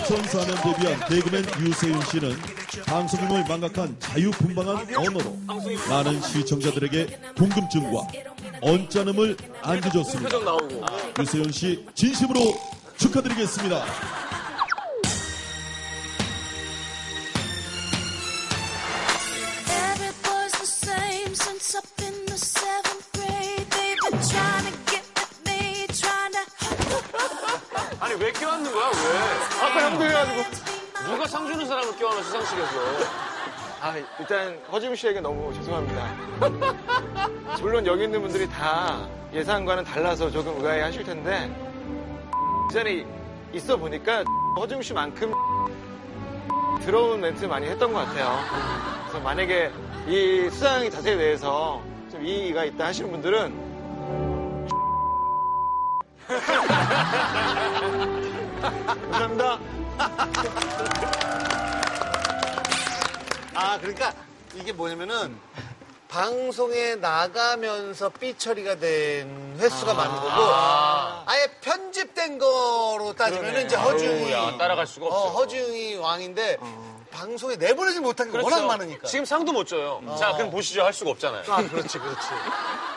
Speaker 4: 2004년 데뷔한 개그맨 유세윤 씨는 방송인을 망각한 자유분방한 언어로 많은 시청자들에게 궁금증과 언짢음을 안겨줬습니다.
Speaker 8: 표정 나오고.
Speaker 1: 아. 뭐
Speaker 4: 유세윤 씨 진심으로 축하드리겠습니다.
Speaker 15: Every boy's the same since I've been the seventh grade. They've been trying to get with me, trying to.
Speaker 8: 아니 왜 껴안는 거야 왜?
Speaker 15: 아까 연구해가지고.
Speaker 8: 누가 상 주는 사람을 껴안아 시상식에서.
Speaker 2: 아, 일단 허지웅 씨에게 너무 죄송합니다. *laughs* 물론 여기 있는 분들이 다 예상과는 달라서 조금 의아해 하실 텐데 이 자리 있어 보니까 허지웅 씨만큼 들어온 멘트 많이 했던 것 같아요. 그래서 만약에 이 수상의 자세에 대해서 좀 이의가 있다 하시는 분들은 *laughs* 감사합니다.
Speaker 3: 아, 그러니까 이게 뭐냐면은 방송에 나가면서 삐 처리가 된 횟수가 많은 거고
Speaker 8: 아.
Speaker 3: 아. 예 편집된 거로 따지면
Speaker 8: 그러네.
Speaker 3: 이제 허중이
Speaker 8: 아우야, 따라갈 수가
Speaker 3: 어,
Speaker 8: 없어. 어.
Speaker 3: 허중이 왕인데 방송에 내보내지 못한 게 워낙 많으니까.
Speaker 8: 그렇죠. 지금 상도 못 줘요. 자 그럼 보시죠 할 수가 없잖아요.
Speaker 3: 아, 그렇지, 그렇지.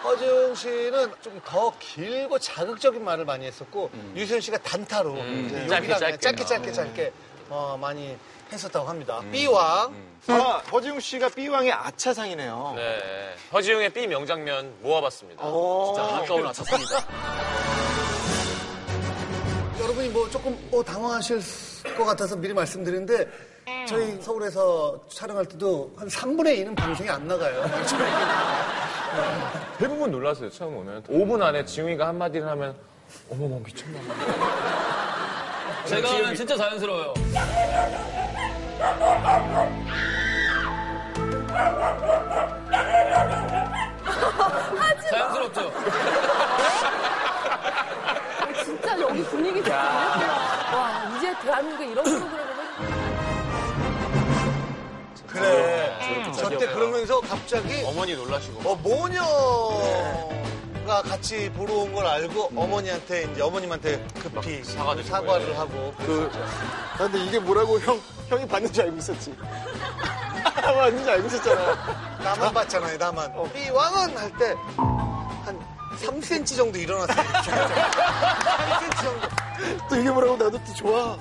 Speaker 3: 허중 씨는 좀 더 길고 자극적인 말을 많이 했었고, 유세윤 씨가 단타로 이제
Speaker 8: 음. 짧게,
Speaker 3: 요리랑
Speaker 8: 짧게. 아.
Speaker 3: 그냥 짧게, 짧게, 짧게 어, 많이 했었다고 합니다.
Speaker 8: 음.
Speaker 3: B왕.
Speaker 2: 아, 허지웅 씨가 B왕의 아차상이네요.
Speaker 8: 네. 허지웅의 B 명장면 모아봤습니다. 진짜 아까운 아차입니다.
Speaker 3: 여러분이 뭐 조금 어, 당황하실 것 같아서 미리 말씀드리는데, 저희 서울에서 촬영할 때도 한 3분의 2는 방송이 안 나가요.
Speaker 8: 대부분 놀랐어요, 처음 오면. 5분 안에 지웅이가 한마디를 하면, 어머머, 미쳤나 봐.
Speaker 13: 제가 하면 진짜 자연스러워요. 자연스럽죠?
Speaker 5: 진짜 여기 분위기 좋다. 와, 이제 대한민국에 이런 프로그램을
Speaker 3: 그래.
Speaker 8: 네. 저렇게
Speaker 3: 저 때
Speaker 8: 자기가
Speaker 3: 그러면서 갑자기
Speaker 8: 어머니 놀라시고.
Speaker 3: 어, 모녀가 같이 보러 온 걸 알고 어머니한테 이제 어머님한테 급히
Speaker 8: 사과드리고
Speaker 3: 사과를
Speaker 8: 예.
Speaker 3: 하고
Speaker 2: 그, 아, 근데 이게 뭐라고 형, 형이 봤는지 알고 있었지. 봤는지 알고 있었잖아.
Speaker 3: 나만 봤잖아요 나만
Speaker 2: 어.
Speaker 3: 이 왕은 할 때 한 3cm 정도
Speaker 2: *laughs*
Speaker 3: 일어났어요 3cm 정도 어.
Speaker 2: 또 이게 뭐라고 나도 또 좋아.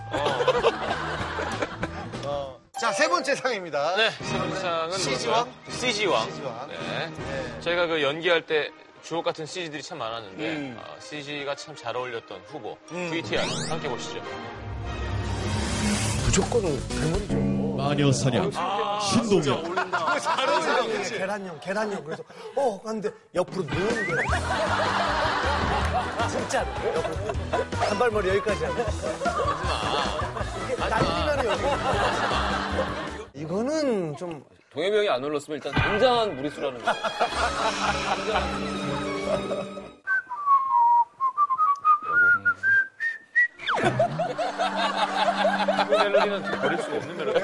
Speaker 3: 자 세 번째 상입니다
Speaker 8: 네, 세상은
Speaker 3: CG왕?
Speaker 8: CG왕.
Speaker 3: CG왕.
Speaker 8: 네. 저희가 그 연기할 때 주옥 같은 CG들이 참 많았는데,
Speaker 3: 음.
Speaker 8: 아, CG가 참 잘 어울렸던 후보,
Speaker 4: 음.
Speaker 8: VTR, 함께 보시죠.
Speaker 4: 무조건 대물이죠. 마녀 사냥 신동엽
Speaker 3: 계란형 계란형 그래서 어 근데 옆으로 누운 거야 진짜로 옆으로 단발머리 여기까지 하고 이게 날리면 여기 이거는 좀
Speaker 13: 동엽이 형이 안 올랐으면 일단 굉장한 무리수라는 거.
Speaker 8: 그 멜로디는 버릴 수가 없는 멜로디.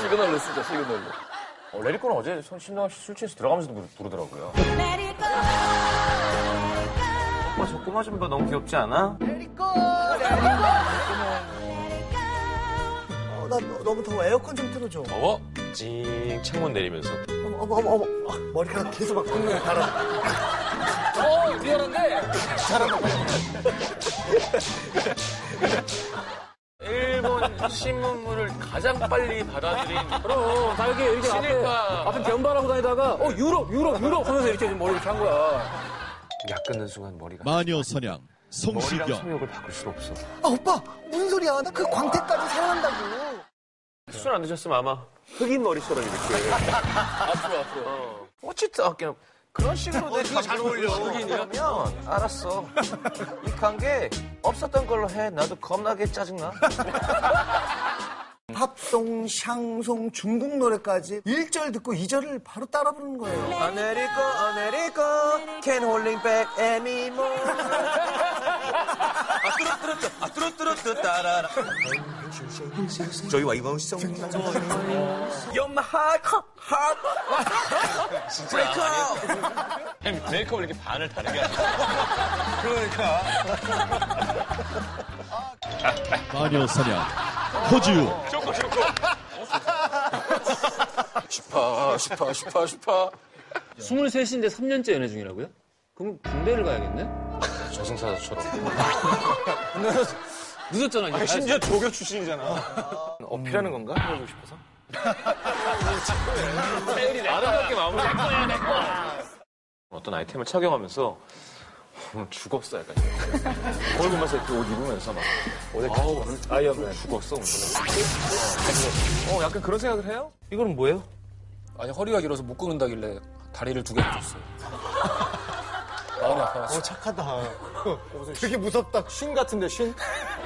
Speaker 13: 시그널로 쓰죠, 시그널로.
Speaker 8: 어, 레리코는 어제 손 신동엽 씨술 취해서 들어가면서도 부르- 부르더라고요. 오빠 저 꼬마 좀봐 너무 귀엽지 않아?
Speaker 3: 어, 나 너- 너무 더워 에어컨 좀 틀어줘
Speaker 8: 더워? 찡 창문 내리면서
Speaker 3: 어머 어머 어머 어머. 아, 머리카락 계속 막 굽는 바람
Speaker 13: 어,
Speaker 3: *laughs*
Speaker 13: 리얼한데?
Speaker 8: 일본 신문물을 가장 빨리 받아들인
Speaker 1: 그럼 다 이렇게 이렇게 앞에
Speaker 8: 신일파.
Speaker 1: 앞에 변발하고 다니다가 어 유럽 유럽 유럽 하면서 이렇게 머리 이렇게 한 거야.
Speaker 8: 약 끊는 순간 머리가
Speaker 4: 마녀 사냥
Speaker 8: 머리랑
Speaker 4: 성시경
Speaker 8: 성욕을 바꿀 수가 없어
Speaker 3: 아 오빠 무슨 소리야 나 그 광택까지 사랑한다고
Speaker 8: 술 안 드셨으면 아마 흑인
Speaker 3: *laughs*
Speaker 8: 머리처럼 이렇게
Speaker 13: 앞으로, 앞으로.
Speaker 8: 어쨌든 아, 그냥 그런 식으로 내
Speaker 3: 그거 잘 아, 어울려.
Speaker 8: 흑인이라면 알았어
Speaker 3: *laughs*
Speaker 8: 이 관계 없었던 걸로 해 나도 겁나게 짜증나
Speaker 3: 팝송, 샹송, 중국 노래까지 1절 듣고 2절을 바로 따라 부르는 거예요.
Speaker 2: 아메리코 아메리코 Can't holding back anymore
Speaker 23: 아, 뚜루뚜루뚜 따라라. 저희와 이번 시청.
Speaker 3: 어,
Speaker 23: You're my heart, heart.
Speaker 24: 진짜
Speaker 23: Break up.
Speaker 8: 형님 브레이크업을 이렇게 반을 다르게 하죠.
Speaker 4: 마녀 사냥 허지우
Speaker 8: 쇼코 쇼코.
Speaker 13: 아,
Speaker 1: 슈파, 슈파, 슈파, 슈파. 23인데 3년째 연애 중이라고요? 그럼 군대를 가야겠네?
Speaker 8: 저승사자처럼.
Speaker 1: 늦었잖아, 이제.
Speaker 25: 조교 출신이잖아. 어필하는 건가? 해주고 싶어서?
Speaker 8: 아름답게 마무리. 어떤 아이템을 착용하면서 오늘 죽었어 약간 거울 보면서 이렇게 옷 입으면서 막 어제 아우 아이언맨 죽었어 오늘 어 약간 그런 생각을 해요?
Speaker 1: 이거는 뭐예요? 아니, 허리가 길어서 못 끊는다길래 다리를 두 개 붙였어요. 마음이 아파가지고.
Speaker 2: 어 착하다 되게 무섭다 신 같은데 신?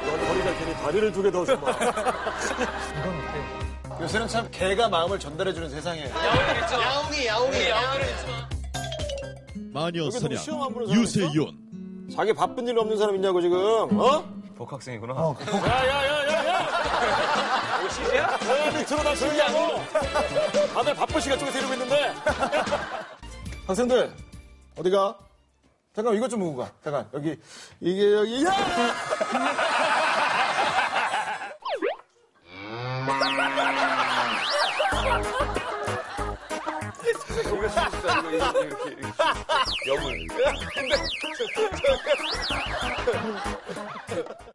Speaker 2: 넌 허리가 괜히 다리를 두 개 더 줘봐 요새는 참 개가 마음을 전달해주는 세상이에요
Speaker 26: 야옹이 야옹이 야옹이
Speaker 4: 마녀
Speaker 2: 여기서
Speaker 4: 사냥
Speaker 2: 시험 안 보는 사람
Speaker 4: 유세윤
Speaker 2: 자기 바쁜 일 없는 사람 있냐고 지금 어?
Speaker 8: 복학생이구나
Speaker 2: 시야? 저희 들어다 주는 아니고 다들 바쁜 시간 쪽에서 이러고 있는데 학생들 어디가? 잠깐 이것 좀 보고 가 잠깐 여기 이게 여기 야!
Speaker 8: 이거 진짜 이거 이렇게 이렇게, 이렇게. 영을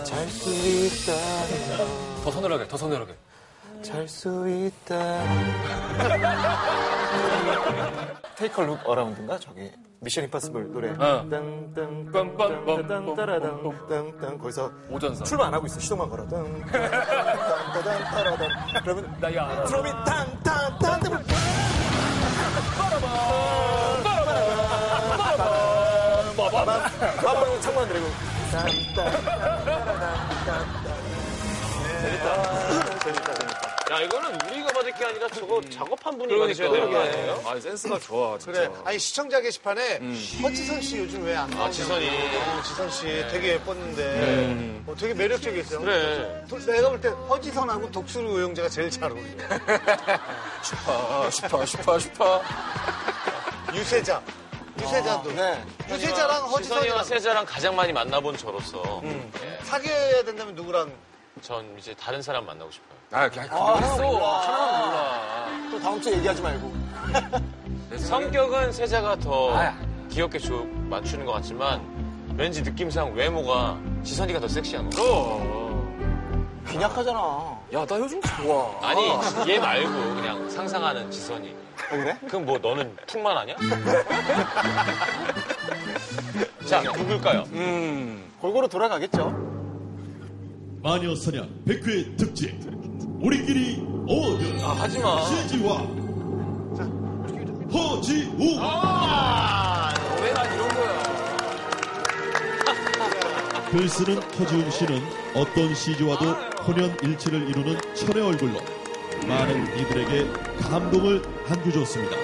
Speaker 2: 잘수 있다
Speaker 27: 더 서늘하게, 더 서늘하게.
Speaker 2: 잘 수 *laughs* 있다 테이크 룩 어라운드인가 저기 미션 임파서블 노래
Speaker 1: 어.
Speaker 2: 땅땅땅땅땅땅땅땅땅 거기서
Speaker 27: 오전사.
Speaker 2: 출발 안 하고 있어 시동만 걸어 땅 그러면
Speaker 27: 나 이거 알아.
Speaker 2: 드럼이 땅땅땅 바로 창문 내리고
Speaker 8: 야 이거는 우리가 받을 게 아니라 저거 작업한 분이
Speaker 1: 그러니까.
Speaker 8: 받으셔야 되는 거 아니에요?
Speaker 1: 아, 센스가 좋아, 진짜.
Speaker 3: 그래. 아니, 시청자 게시판에 허지선 씨 요즘 왜 안 나오냐고.
Speaker 8: 음. 아, 지선이.
Speaker 3: 어, 지선 씨 되게 예뻤는데
Speaker 8: 네.
Speaker 3: 어, 되게 매력적이었어요.
Speaker 8: 그래.
Speaker 3: 도- 내가 볼 때 허지선하고 독수리 우영재가 제일 잘 어울려.
Speaker 1: 슈파, 슈파, 슈파, 슈파.
Speaker 3: 유세자. 유세자도. 유세자랑
Speaker 8: 시선이와
Speaker 3: 허지선이랑
Speaker 8: 세자랑 가장 많이 만나본 저로서 예,
Speaker 3: 사귀어야 된다면 누구랑?
Speaker 8: 전 이제 다른 사람 만나고 싶어요.
Speaker 1: 아, 그냥 그랬어.
Speaker 2: 아, 또 다음 주에 얘기하지 말고
Speaker 8: 성격은 세자가 더 귀엽게 주, 맞추는 것 같지만 왠지 느낌상 외모가 지선이가 더 섹시한 거.
Speaker 2: 빈약하잖아
Speaker 1: 야, 나 요즘 좋아.
Speaker 8: 아니 얘 말고 그냥 상상하는 지선이.
Speaker 2: 그래?
Speaker 8: 그럼 뭐 너는 풍만 하냐? *laughs* 자 누굴까요?
Speaker 2: 골고루 돌아가겠죠
Speaker 4: 마녀 사냥 100회 특집 우리끼리 어워드
Speaker 8: 아, 하지마.
Speaker 4: 시지와 허지우
Speaker 8: 왜난 아, 이런 거야?
Speaker 4: *laughs* 글 쓰는 허지웅 씨는 어떤 시지와도
Speaker 8: 아, 네.
Speaker 4: 혼연일치를 이루는 철의 얼굴로 많은 이들에게 감동을 안겨줬습니다.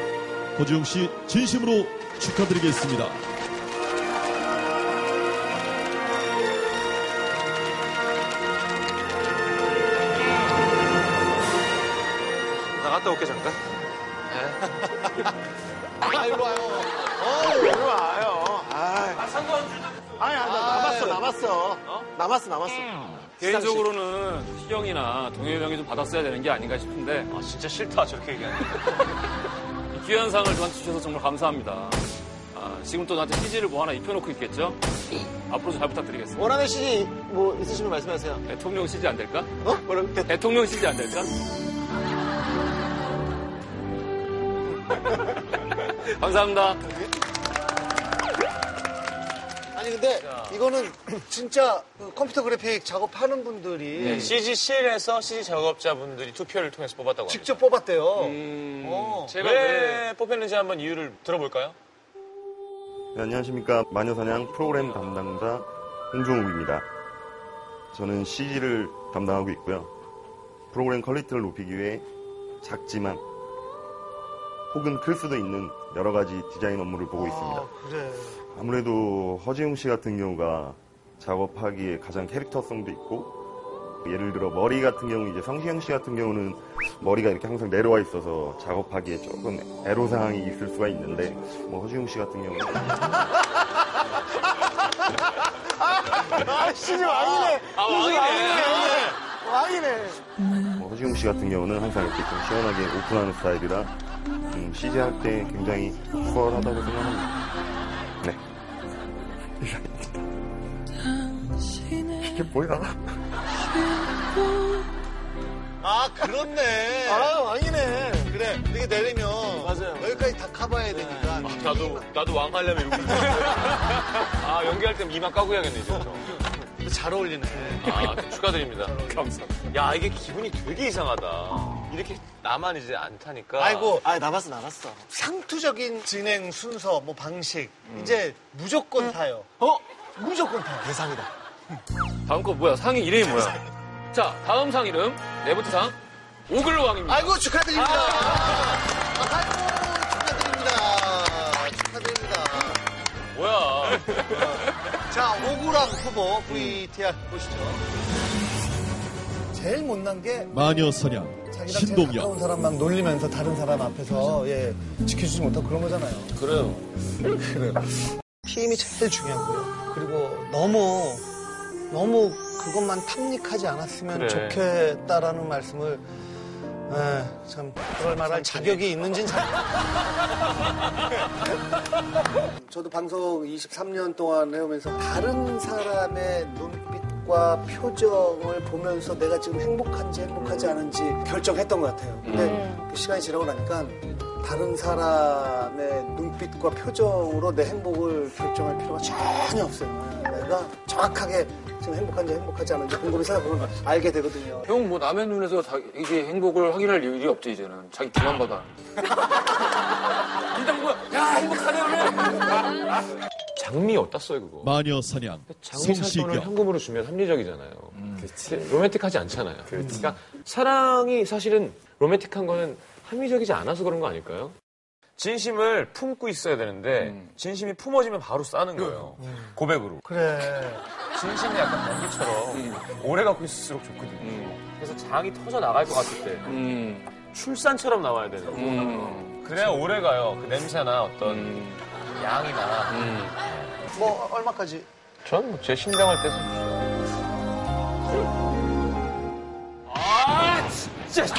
Speaker 4: 허지웅 씨 진심으로 축하드리겠습니다.
Speaker 25: 나갔다 올게 잠깐
Speaker 3: 아, 이리 와요. 어,
Speaker 25: 이리 와요
Speaker 3: 아,
Speaker 2: 아니 아니 나 남았어 남았어 남았어 남았어
Speaker 1: 개인적으로는 희경이나 동현이 형이 좀 받았어야 되는 게 아닌가 싶은데. 아, 진짜 싫다, 저렇게 얘기하는 이 귀한 상을 저한테 주셔서 정말 감사합니다. 아, 지금 또 나한테 CG를 뭐 하나 입혀놓고 있겠죠? 앞으로 잘 부탁드리겠습니다.
Speaker 2: 원하는 시기 뭐 있으시면 말씀하세요
Speaker 1: 대통령 CG 안 될까?
Speaker 2: 어? 뭐라고?
Speaker 1: 대통령 CG 안 될까? *laughs* 감사합니다.
Speaker 3: 아니 근데 이거는 *clears throat* 진짜 그 컴퓨터 그래픽 작업하는 분들이
Speaker 8: 네, CGCL에서 CG 작업자분들이 투표를 통해서 뽑았다고 합니다.
Speaker 3: 직접 뽑았대요.
Speaker 8: 어. 제가 왜 뽑혔는지 한번 이유를 들어볼까요?
Speaker 28: 네, 안녕하십니까. 마녀사냥 프로그램 담당자 홍종욱입니다. 저는 CG를 담당하고 있고요.
Speaker 2: 프로그램 퀄리티를 높이기 위해 작지만 혹은 클 수도 있는 여러 가지 디자인 업무를 보고 있습니다.
Speaker 3: 그래.
Speaker 2: 아무래도 허지웅 씨 같은 경우가 작업하기에 가장 캐릭터성도 있고 예를 들어 머리 같은 경우 이제 성시경 씨 같은 경우는 머리가 이렇게 항상 내려와 있어서 작업하기에 조금 애로 사항이 있을 수가 있는데 뭐 허지웅 씨 같은 경우는
Speaker 29: 아,
Speaker 30: 시즌 왕이네.
Speaker 29: 아,
Speaker 30: 시즌
Speaker 29: 왕이네.
Speaker 30: 왕이네.
Speaker 2: 뭐 허지웅 씨 같은 경우는 항상 이렇게 좀 시원하게 오픈하는 스타일이라 음, CG 할 때 굉장히 수월하다고 생각합니다. 네. 이게 뭐야?
Speaker 31: 아 그렇네.
Speaker 30: 아 왕이네.
Speaker 31: 그래. 이게 내리면 맞아요. 네. 여기까지 다 커버해야 되니까.
Speaker 8: 나도 나도 왕 하려면 이러고 있어. 아 연기할 때 이마 까고 해야겠네 이제.
Speaker 31: 잘 어울리네.
Speaker 8: 아 축하드립니다. 감사합니다. 야 이게 기분이 되게 이상하다. 이렇게 나만 이제 안 타니까.
Speaker 31: 아이고, 아 나갔어, 나갔어. 상투적인 진행 순서, 뭐 방식 이제 무조건 타요. 어? 무조건 타요. 대상이다.
Speaker 32: 다음 거 뭐야? 상이 이름이 뭐야? 자, 다음 상 이름 네부트 상 오글왕입니다.
Speaker 31: 아이고 축하드립니다. 아, 축하드립니다.
Speaker 8: 뭐야?
Speaker 31: 자, 오구랑 후보 VTR 보시죠.
Speaker 3: 제일 못난 게
Speaker 33: 마녀 선양
Speaker 3: 자기랑 제일 가까운
Speaker 33: 신동엽
Speaker 3: 사람 막 놀리면서 다른 사람 앞에서 예, 지켜주지 못하고 그런 거잖아요.
Speaker 8: 그래요.
Speaker 3: 그래요. 팀이 제일 중요한 거예요. 그리고 너무 너무 그것만 탐닉하지 않았으면
Speaker 31: 그래.
Speaker 3: 좋겠다라는 말씀을 예, 참 그럴 말할 자격이 있는지는 잘 저도 방송 23년 동안 해오면서 다른 사람의 눈빛과 표정을 보면서 내가 지금 행복한지 행복하지 않은지 결정했던 것 같아요. 근데 그 시간이 지나고 나니까 다른 사람의 눈빛과 표정으로 내 행복을 결정할 필요가 전혀 없어요. 내가 정확하게 지금 행복한지 행복하지 않은지 곰곰이 생각해보면 알게 되거든요.
Speaker 1: 형 뭐 남의 눈에서 다 이게 행복을 확인할 일이 없지 이제는 자기 귀만 받아. 일단 뭐야? 야 행복하네 오늘.
Speaker 8: 장미 어디다 써요 그거?
Speaker 33: 마녀 선양
Speaker 8: 장미 살 돈을
Speaker 33: 송시경
Speaker 8: 현금으로 주면 합리적이잖아요. 그렇지. 로맨틱하지 않잖아요. 음. 그러니까 사랑이 사실은 로맨틱한 거는 합리적이지 않아서 그런 거 아닐까요? 음. 진심을 품고 있어야 되는데 진심이 품어지면 바로 싸는 거예요. 고백으로.
Speaker 3: 그래.
Speaker 8: 진심이 약간 감기처럼 오래 갖고 있을수록 좋거든요. 그래서 장이 터져 나갈 것 같을 때 출산처럼 나와야 되는 거예요. 음. 그래야 오래 가요. 그 냄새나 어떤 양이나.
Speaker 3: 뭐 얼마까지?
Speaker 8: 전 제 심장을 떼서
Speaker 29: 아, 진짜.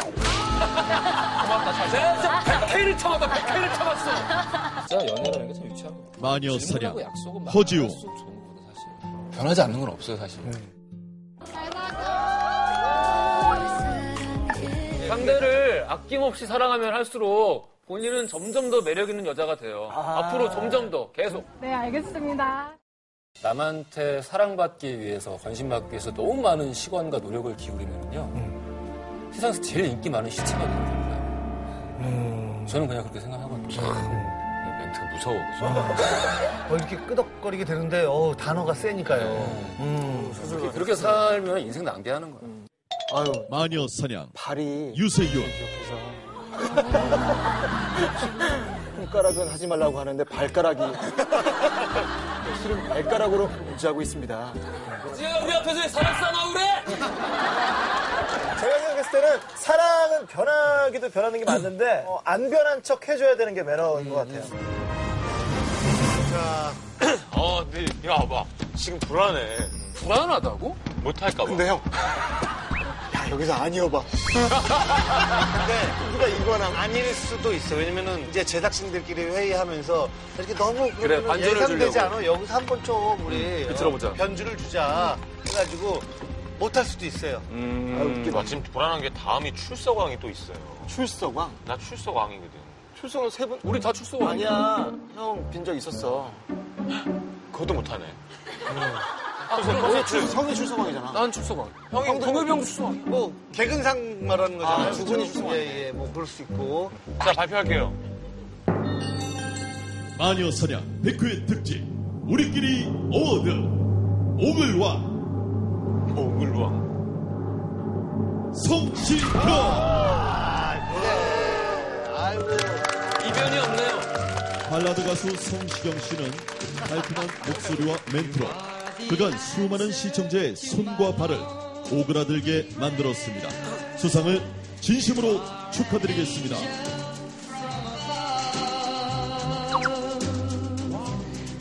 Speaker 29: 고맙다, 잘. 진짜 100회를 참았다, 100회를 참았어.
Speaker 1: 진짜 연애라는 게 참 유치한 거.
Speaker 33: 마녀 선양
Speaker 1: 질문하고 약속은 막
Speaker 33: 허지웅
Speaker 1: 할수록 변하지 않는 건 없어요 사실.
Speaker 32: 상대를 아낌없이 사랑하면 할수록 본인은 점점 더 매력 있는 여자가 돼요.
Speaker 31: 아.
Speaker 32: 앞으로 점점 더 계속.
Speaker 5: 네, 알겠습니다.
Speaker 1: 남한테 사랑받기 위해서 관심받기 위해서 너무 많은 시간과 노력을 기울이면요
Speaker 31: 음.
Speaker 1: 세상에서 제일 인기 많은 시체가 되는 거예요.
Speaker 31: 음.
Speaker 1: 저는 그냥 그렇게 생각하거든요.
Speaker 8: 멘트가 무서워.
Speaker 3: 이렇게 끄덕거리게 되는데 어 단어가 세니까요.
Speaker 1: 그렇게, 그렇게 살면 인생 낭비하는 거예요.
Speaker 33: 마녀 선양
Speaker 30: 발이
Speaker 33: 유세윤
Speaker 30: 손가락은 하지 말라고 하는데 발가락이 *laughs* 실은 발가락으로 유지하고 있습니다.
Speaker 1: 지혜가 우리 앞에서 사랑 싸나
Speaker 31: 제가 생각했을 때는 사랑은 변하기도 변하는 게 맞는데 어, 안 변한 척 해줘야 되는 게 매너인 것 같아요.
Speaker 8: 자, 어, 근데 야, 봐. 지금 불안해.
Speaker 1: 불안하다고?
Speaker 8: 못할까봐.
Speaker 30: 근데 형, 야 여기서 아니어봐.
Speaker 31: 근데 우리가 이거랑 아닐 수도 있어. 왜냐면은 이제 제작진들끼리 회의하면서 이렇게 너무
Speaker 32: 그래,
Speaker 31: 그러면은
Speaker 32: 반전을
Speaker 31: 예상되지
Speaker 32: 주려고.
Speaker 31: 않아. 여기서 한 번 좀 우리
Speaker 32: 음, 들어보자.
Speaker 31: 변주를 주자. 해가지고 못할 수도 있어요.
Speaker 8: 음, 나 지금 불안한 게 다음이 출석왕이 또 있어요.
Speaker 30: 출석왕?
Speaker 8: 나 출석왕이거든.
Speaker 30: 출석은 세 번.
Speaker 1: 우리 다 출석
Speaker 30: 아니야. 형 빈 적 있었어.
Speaker 8: 그것도 못하네.
Speaker 30: 아, 형이 출- 형이 출석왕이잖아.
Speaker 1: 난 출석왕.
Speaker 31: 형이
Speaker 1: 동엽이 형 출석왕.
Speaker 31: 뭐 개근상 말하는 거잖아요.
Speaker 30: 아, 두 분이 출석왕.
Speaker 31: 예, 예, 뭐 그럴 수 있고.
Speaker 8: 자, 발표할게요.
Speaker 33: 마녀 선양 100회 특집 우리끼리 어워드 오글왕
Speaker 8: 오글왕
Speaker 4: 송시경.
Speaker 8: 이변이 없네요.
Speaker 4: 발라드 가수 성시경 씨는 달콤한 목소리와 멘트로 그간 수많은 시청자의 손과 발을 오그라들게 만들었습니다. 수상을 진심으로 축하드리겠습니다.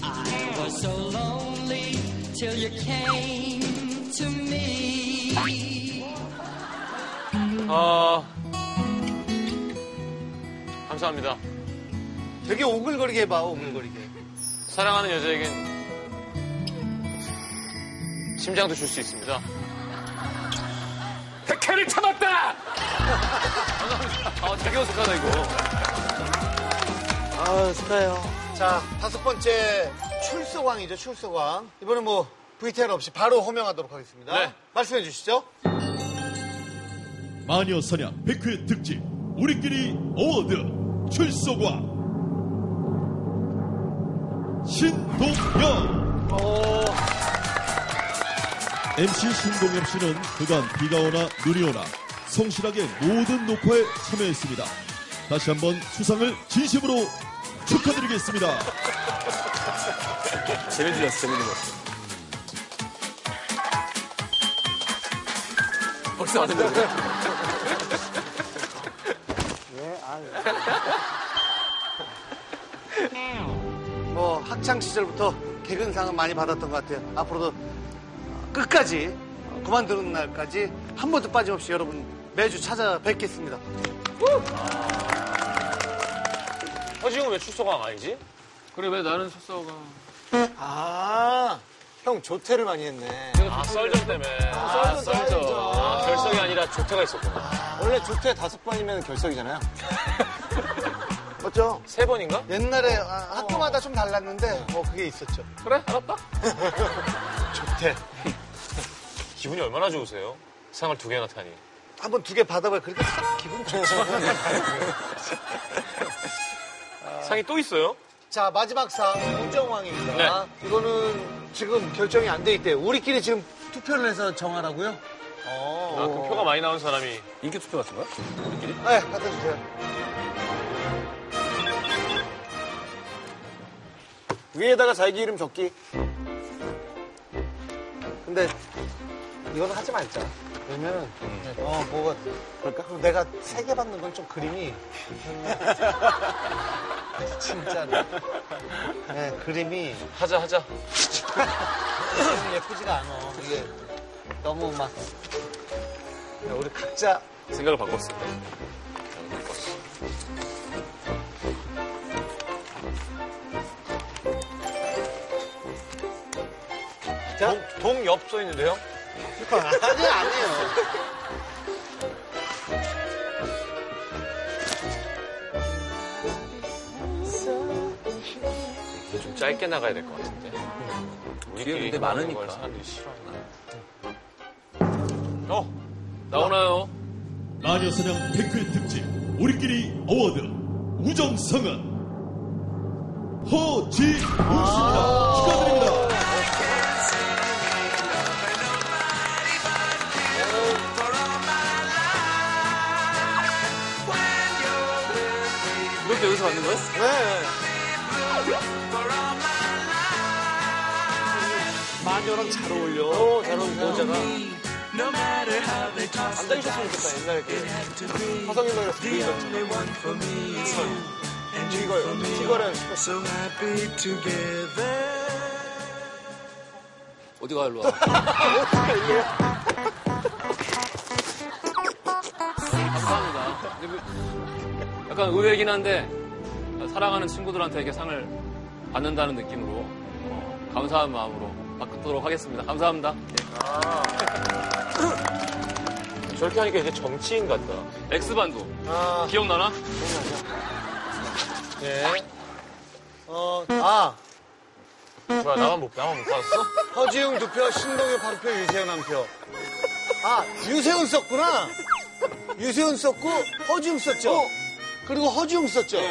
Speaker 34: I was so lonely till you came to me.
Speaker 8: 아, 감사합니다.
Speaker 3: 되게 오글거리게 해봐, 오글거리게.
Speaker 8: 음. 사랑하는 여자에겐 심장도 줄 수 있습니다. 아,
Speaker 1: 그
Speaker 8: 백회를 참았다! 아, 되게 어색하다, 이거.
Speaker 3: 아, 축하해요. 자, 다섯 번째 출소광이죠, 출소광. 이번엔 뭐 VTR 없이 바로 호명하도록 하겠습니다.
Speaker 8: 네.
Speaker 3: 말씀해 주시죠.
Speaker 4: 마녀 사냥 100회 특집 우리끼리 어워드 출소과 신동엽
Speaker 8: 어.
Speaker 4: MC 신동엽 씨는 그간 비가 오나 눈이 오나 성실하게 모든 녹화에 참여했습니다. 다시 한번 수상을 진심으로 축하드리겠습니다.
Speaker 1: 재미 들렸어, 재밌는 거. 벌써 왔는데.
Speaker 3: 뭐 학창 시절부터 개근상은 많이 받았던 것 같아요. 앞으로도 끝까지 어, 그만두는 날까지 한 번도 빠짐없이 여러분 매주 찾아뵙겠습니다.
Speaker 8: 아, 허지웅 왜 출소광 아니지? 그래, 왜 나는 출소가.
Speaker 2: 아, 형 조퇴를 많이 했네.
Speaker 8: 아, 썰전 때문에. 아, 썰전. 아, 결석이 아니라 조퇴가 있었구나.
Speaker 2: 원래 조퇴 다섯 번이면
Speaker 3: *laughs*
Speaker 2: 결석이잖아요.
Speaker 3: 맞죠?
Speaker 8: 세 번인가?
Speaker 3: 옛날에 아, 학교마다 좀 달랐는데 뭐 그게 있었죠.
Speaker 8: 그래,
Speaker 3: *laughs*
Speaker 8: 알았다.
Speaker 3: 좋대.
Speaker 8: 기분이 얼마나 좋으세요? 상을 두 개나 타니.
Speaker 3: 한 번 두 개 받아봐야 그렇게 싹 기분 좋지.
Speaker 8: 상이 또 있어요?
Speaker 3: 자 마지막 상 문정왕입니다.
Speaker 8: 네.
Speaker 3: 이거는 지금 결정이 안 돼 있대요. 우리끼리 지금 투표를 해서 정하라고요?
Speaker 8: 아, 그 표가 많이 나온 사람이. 인기 투표 같은 거야?
Speaker 3: 네, 갖다 주세요.
Speaker 2: 위에다가 자기 이름 적기.
Speaker 3: 근데 이건 하지 말자. 왜냐면 어 뭐가 그럴까? 그럼 내가 세 개 받는 건 좀 그림이 *laughs* 진짜로 네, 그림이
Speaker 8: 하자 하자.
Speaker 3: 예쁘지가 않아. 이게 너무 막 야, 우리 각자
Speaker 8: 생각을 바꿨어.
Speaker 2: 동, 옆 써 있는데요?
Speaker 3: 아니 아니에요.
Speaker 8: 좀 짧게 나가야 될 것 같은데.
Speaker 1: 뒤에 근데 많으니까.
Speaker 8: 걸 사람들이 싫어하나. 어, 나오나요?
Speaker 4: 마녀 사냥 100회 특집 우리끼리 어워드 우정성은 허지웅 씨입니다. 축하드립니다.
Speaker 1: 이것도 여기서 받는 거야?
Speaker 3: 마녀랑 잘 어울려.
Speaker 2: 잘 어울려. 여자가. 안 다니셨으면 좋겠다, 옛날에 그. 화성인 노래 부르이던 이걸, 이거를.
Speaker 1: 어디 가, 일로 와. *laughs* 감사합니다. 근데 그 약간 의외이긴 한데, 사랑하는 친구들한테 이렇게 상을 받는다는 느낌으로, 어, 감사한 마음으로 받도록 하겠습니다. 감사합니다.
Speaker 8: 저렇게 하니까 이제 정치인 같다.
Speaker 1: 엑스반도.
Speaker 3: 아,
Speaker 1: 기억나나?
Speaker 3: 예. 어, 아.
Speaker 8: 뭐야, 나만 못, 나만 못 봤어?
Speaker 3: 허지웅 두 표, 신동엽 한 표, 유세윤 한 표. 아, 유세윤 썼구나. 유세윤 썼고, 허지웅 썼죠.
Speaker 2: 어.
Speaker 3: 그리고 허지웅 썼죠. 어.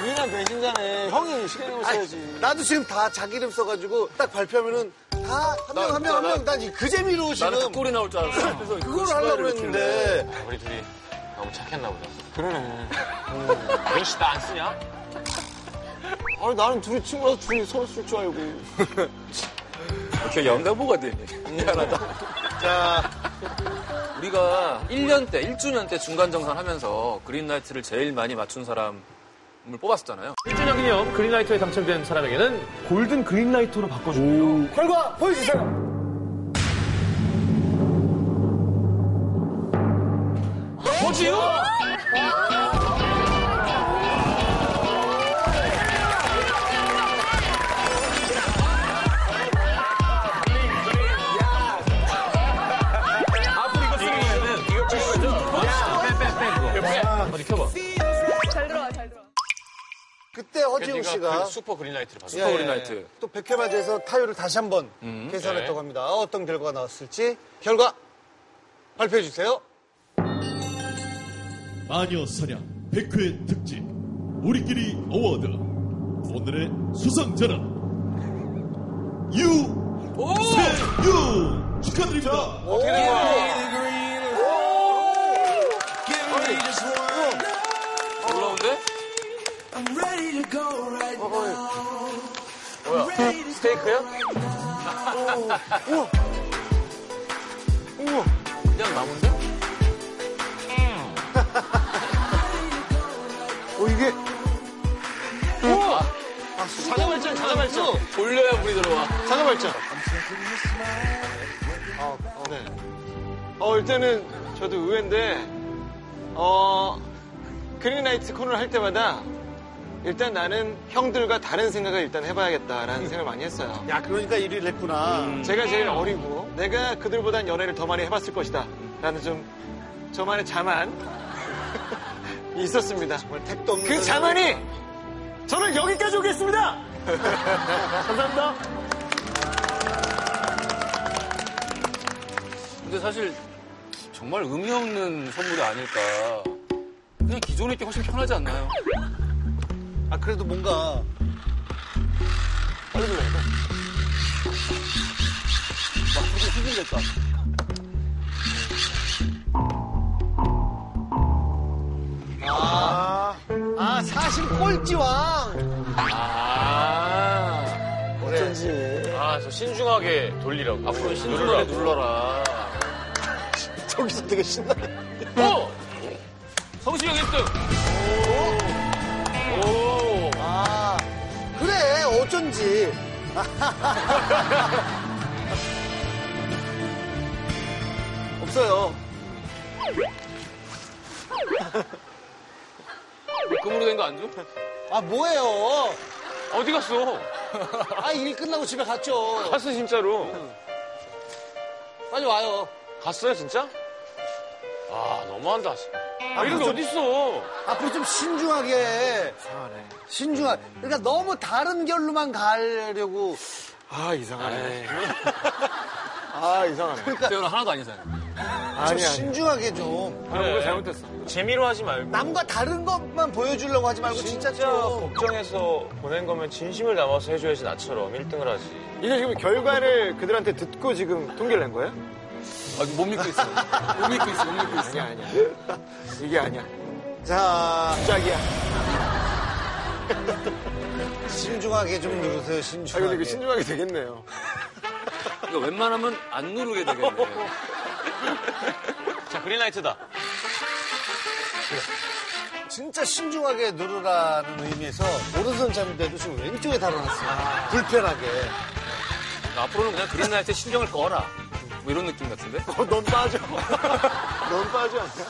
Speaker 2: 유일한 네. 아. 배신자네. 형이 시간 을 써야지.
Speaker 3: 나도 지금 다 자기 이름 써가지고 딱 발표하면은 다, 한 명, 한 명, 한 명. 난 지금 그 재미로 지금.
Speaker 1: 나는 그 꼴이 나올 줄 알았어. 그래서 이거
Speaker 3: 그걸 하려고
Speaker 1: 신발을
Speaker 3: 그랬는데.
Speaker 1: 이렇게
Speaker 8: 아, 우리 둘이 너무 착했나 보다.
Speaker 2: 그러네.
Speaker 8: 아저씨 나안 쓰냐?
Speaker 2: 아니 나는 둘이 친구라서 둘이 서로 쓸 줄 알고.
Speaker 1: 이렇게 연대보가 되니. 미안하다. 자, 우리가 1년 때, 1주년 때 중간 정산하면서 그린라이트를 제일 많이 맞춘 사람을 뽑았었잖아요.
Speaker 8: 1주년 기념 그린라이트에 당첨된 사람에게는 골든 그린라이트로 바꿔주고요.
Speaker 35: 결과 보여주세요.
Speaker 8: 뭐지요?
Speaker 36: 앞으로 이거 쓰는 거면은 이거 찍는 거죠? 빼빼빼 그거. 어디 켜봐.
Speaker 37: 잘 들어와, 잘 들어와.
Speaker 3: 그때 허지웅
Speaker 8: 네가
Speaker 3: 씨가.
Speaker 8: 그 슈퍼 그린라이트를 봤어.
Speaker 3: 예, 예. 또 백회마저에서 타율을 다시 한번
Speaker 8: 음,
Speaker 3: 계산했다고
Speaker 8: 네.
Speaker 3: 합니다. 어떤 결과가 나왔을지. 결과 발표해 주세요.
Speaker 38: 마녀 사냥 100회 특집 우리끼리 어워드 오늘의 수상자는 유세윤 축하드립니다.
Speaker 36: 어떻게 된 거야?
Speaker 1: 올라온데?
Speaker 36: 뭐야? 스테이크야?
Speaker 3: 우와. 우와.
Speaker 1: 그냥 나무인데?
Speaker 3: 어, 이게.
Speaker 2: 아,
Speaker 1: 우와!
Speaker 3: 자자 발전, 자자 발전.
Speaker 1: 돌려야 물이 들어와.
Speaker 3: 자자 발전.
Speaker 2: 어, 어, 네. 어, 일단은 저도 의외인데, 어, 그린라이트 코너를 할 때마다 일단 나는 형들과 다른 생각을 일단 해봐야겠다라는 생각을 많이 했어요. 음.
Speaker 3: 야, 그러니까 1위를 했구나.
Speaker 2: 제가 제일 어리고, 내가 그들보단 연애를 더 많이 해봤을 것이다. 라는 좀, 저만의 자만. *laughs* 있었습니다.
Speaker 3: 택도 없는
Speaker 2: 그 자만이 저는 여기까지 오겠습니다! 감사합니다.
Speaker 1: 근데 사실 정말 의미 없는 선물이 아닐까. 그냥 기존에 있게 훨씬 편하지 않나요?
Speaker 3: 아, 그래도 뭔가.
Speaker 1: 빨리 돌려야 돼. 와, 이게 휘둘렸다.
Speaker 3: 아, 아 사실 꼴찌왕.
Speaker 8: 아.
Speaker 3: 어쩐지.
Speaker 8: 아, 저 신중하게 돌리라고. 네, 앞으로
Speaker 1: 신중하게
Speaker 8: 눌러라.
Speaker 3: 저기서 되게 신나게.
Speaker 8: 오! 성시경 1등! 오!
Speaker 3: 아, 그래, 어쩐지. *laughs* 없어요.
Speaker 1: 금으로 된 거 안 줘?
Speaker 3: 아, 뭐예요?
Speaker 1: 어디 갔어?
Speaker 3: 아, 일 끝나고 집에 갔죠.
Speaker 8: 갔어, 진짜로.
Speaker 3: 빨리 와요.
Speaker 8: 갔어요, 진짜? 아, 너무한다. 아, 이런 게
Speaker 3: 좀-
Speaker 8: 어딨어.
Speaker 3: 앞으로 아, 좀 신중하게. 신중하게. 그러니까 너무 다른 결로만 가려고.
Speaker 2: 아,
Speaker 1: 예.
Speaker 2: 이상하네. 아, 이상하네.
Speaker 1: 태연아 하나도 안 이상해.
Speaker 3: 좀 신중하게 좀.
Speaker 2: 아,
Speaker 1: 네.
Speaker 2: 뭔가 잘못됐어.
Speaker 8: 재미로 하지 말고.
Speaker 3: 남과 다른 것만 보여주려고 하지 말고 진짜 좀.
Speaker 8: 걱정해서 보낸 거면 진심을 담아서 해줘야지 나처럼 1등을 하지.
Speaker 2: 이거 지금 결과를 그들한테 듣고 지금 통계를 낸 거예요?
Speaker 1: 못 믿고 있어. 아, 못 믿고 있어, 못 믿고 있어.
Speaker 2: 아니야, 아니야. 이게 아니야.
Speaker 3: 자,
Speaker 2: 짝이야.
Speaker 3: 신중하게 좀 누르세요,
Speaker 2: 아, 근데 이거
Speaker 3: 신중하게.
Speaker 2: 신중하게 되겠네요.
Speaker 1: 이거 웬만하면 안 누르게 되겠네.
Speaker 8: 자, 그린라이트다.
Speaker 3: 진짜 신중하게 누르라는 의미에서 오른손 잡인데도 지금 왼쪽에 달아놨어요. 불편하게.
Speaker 1: 앞으로는 그냥 그린라이트에 신경을 꺼라. 뭐 이런 느낌 같은데?
Speaker 2: 넌 빠져. 넌 빠져.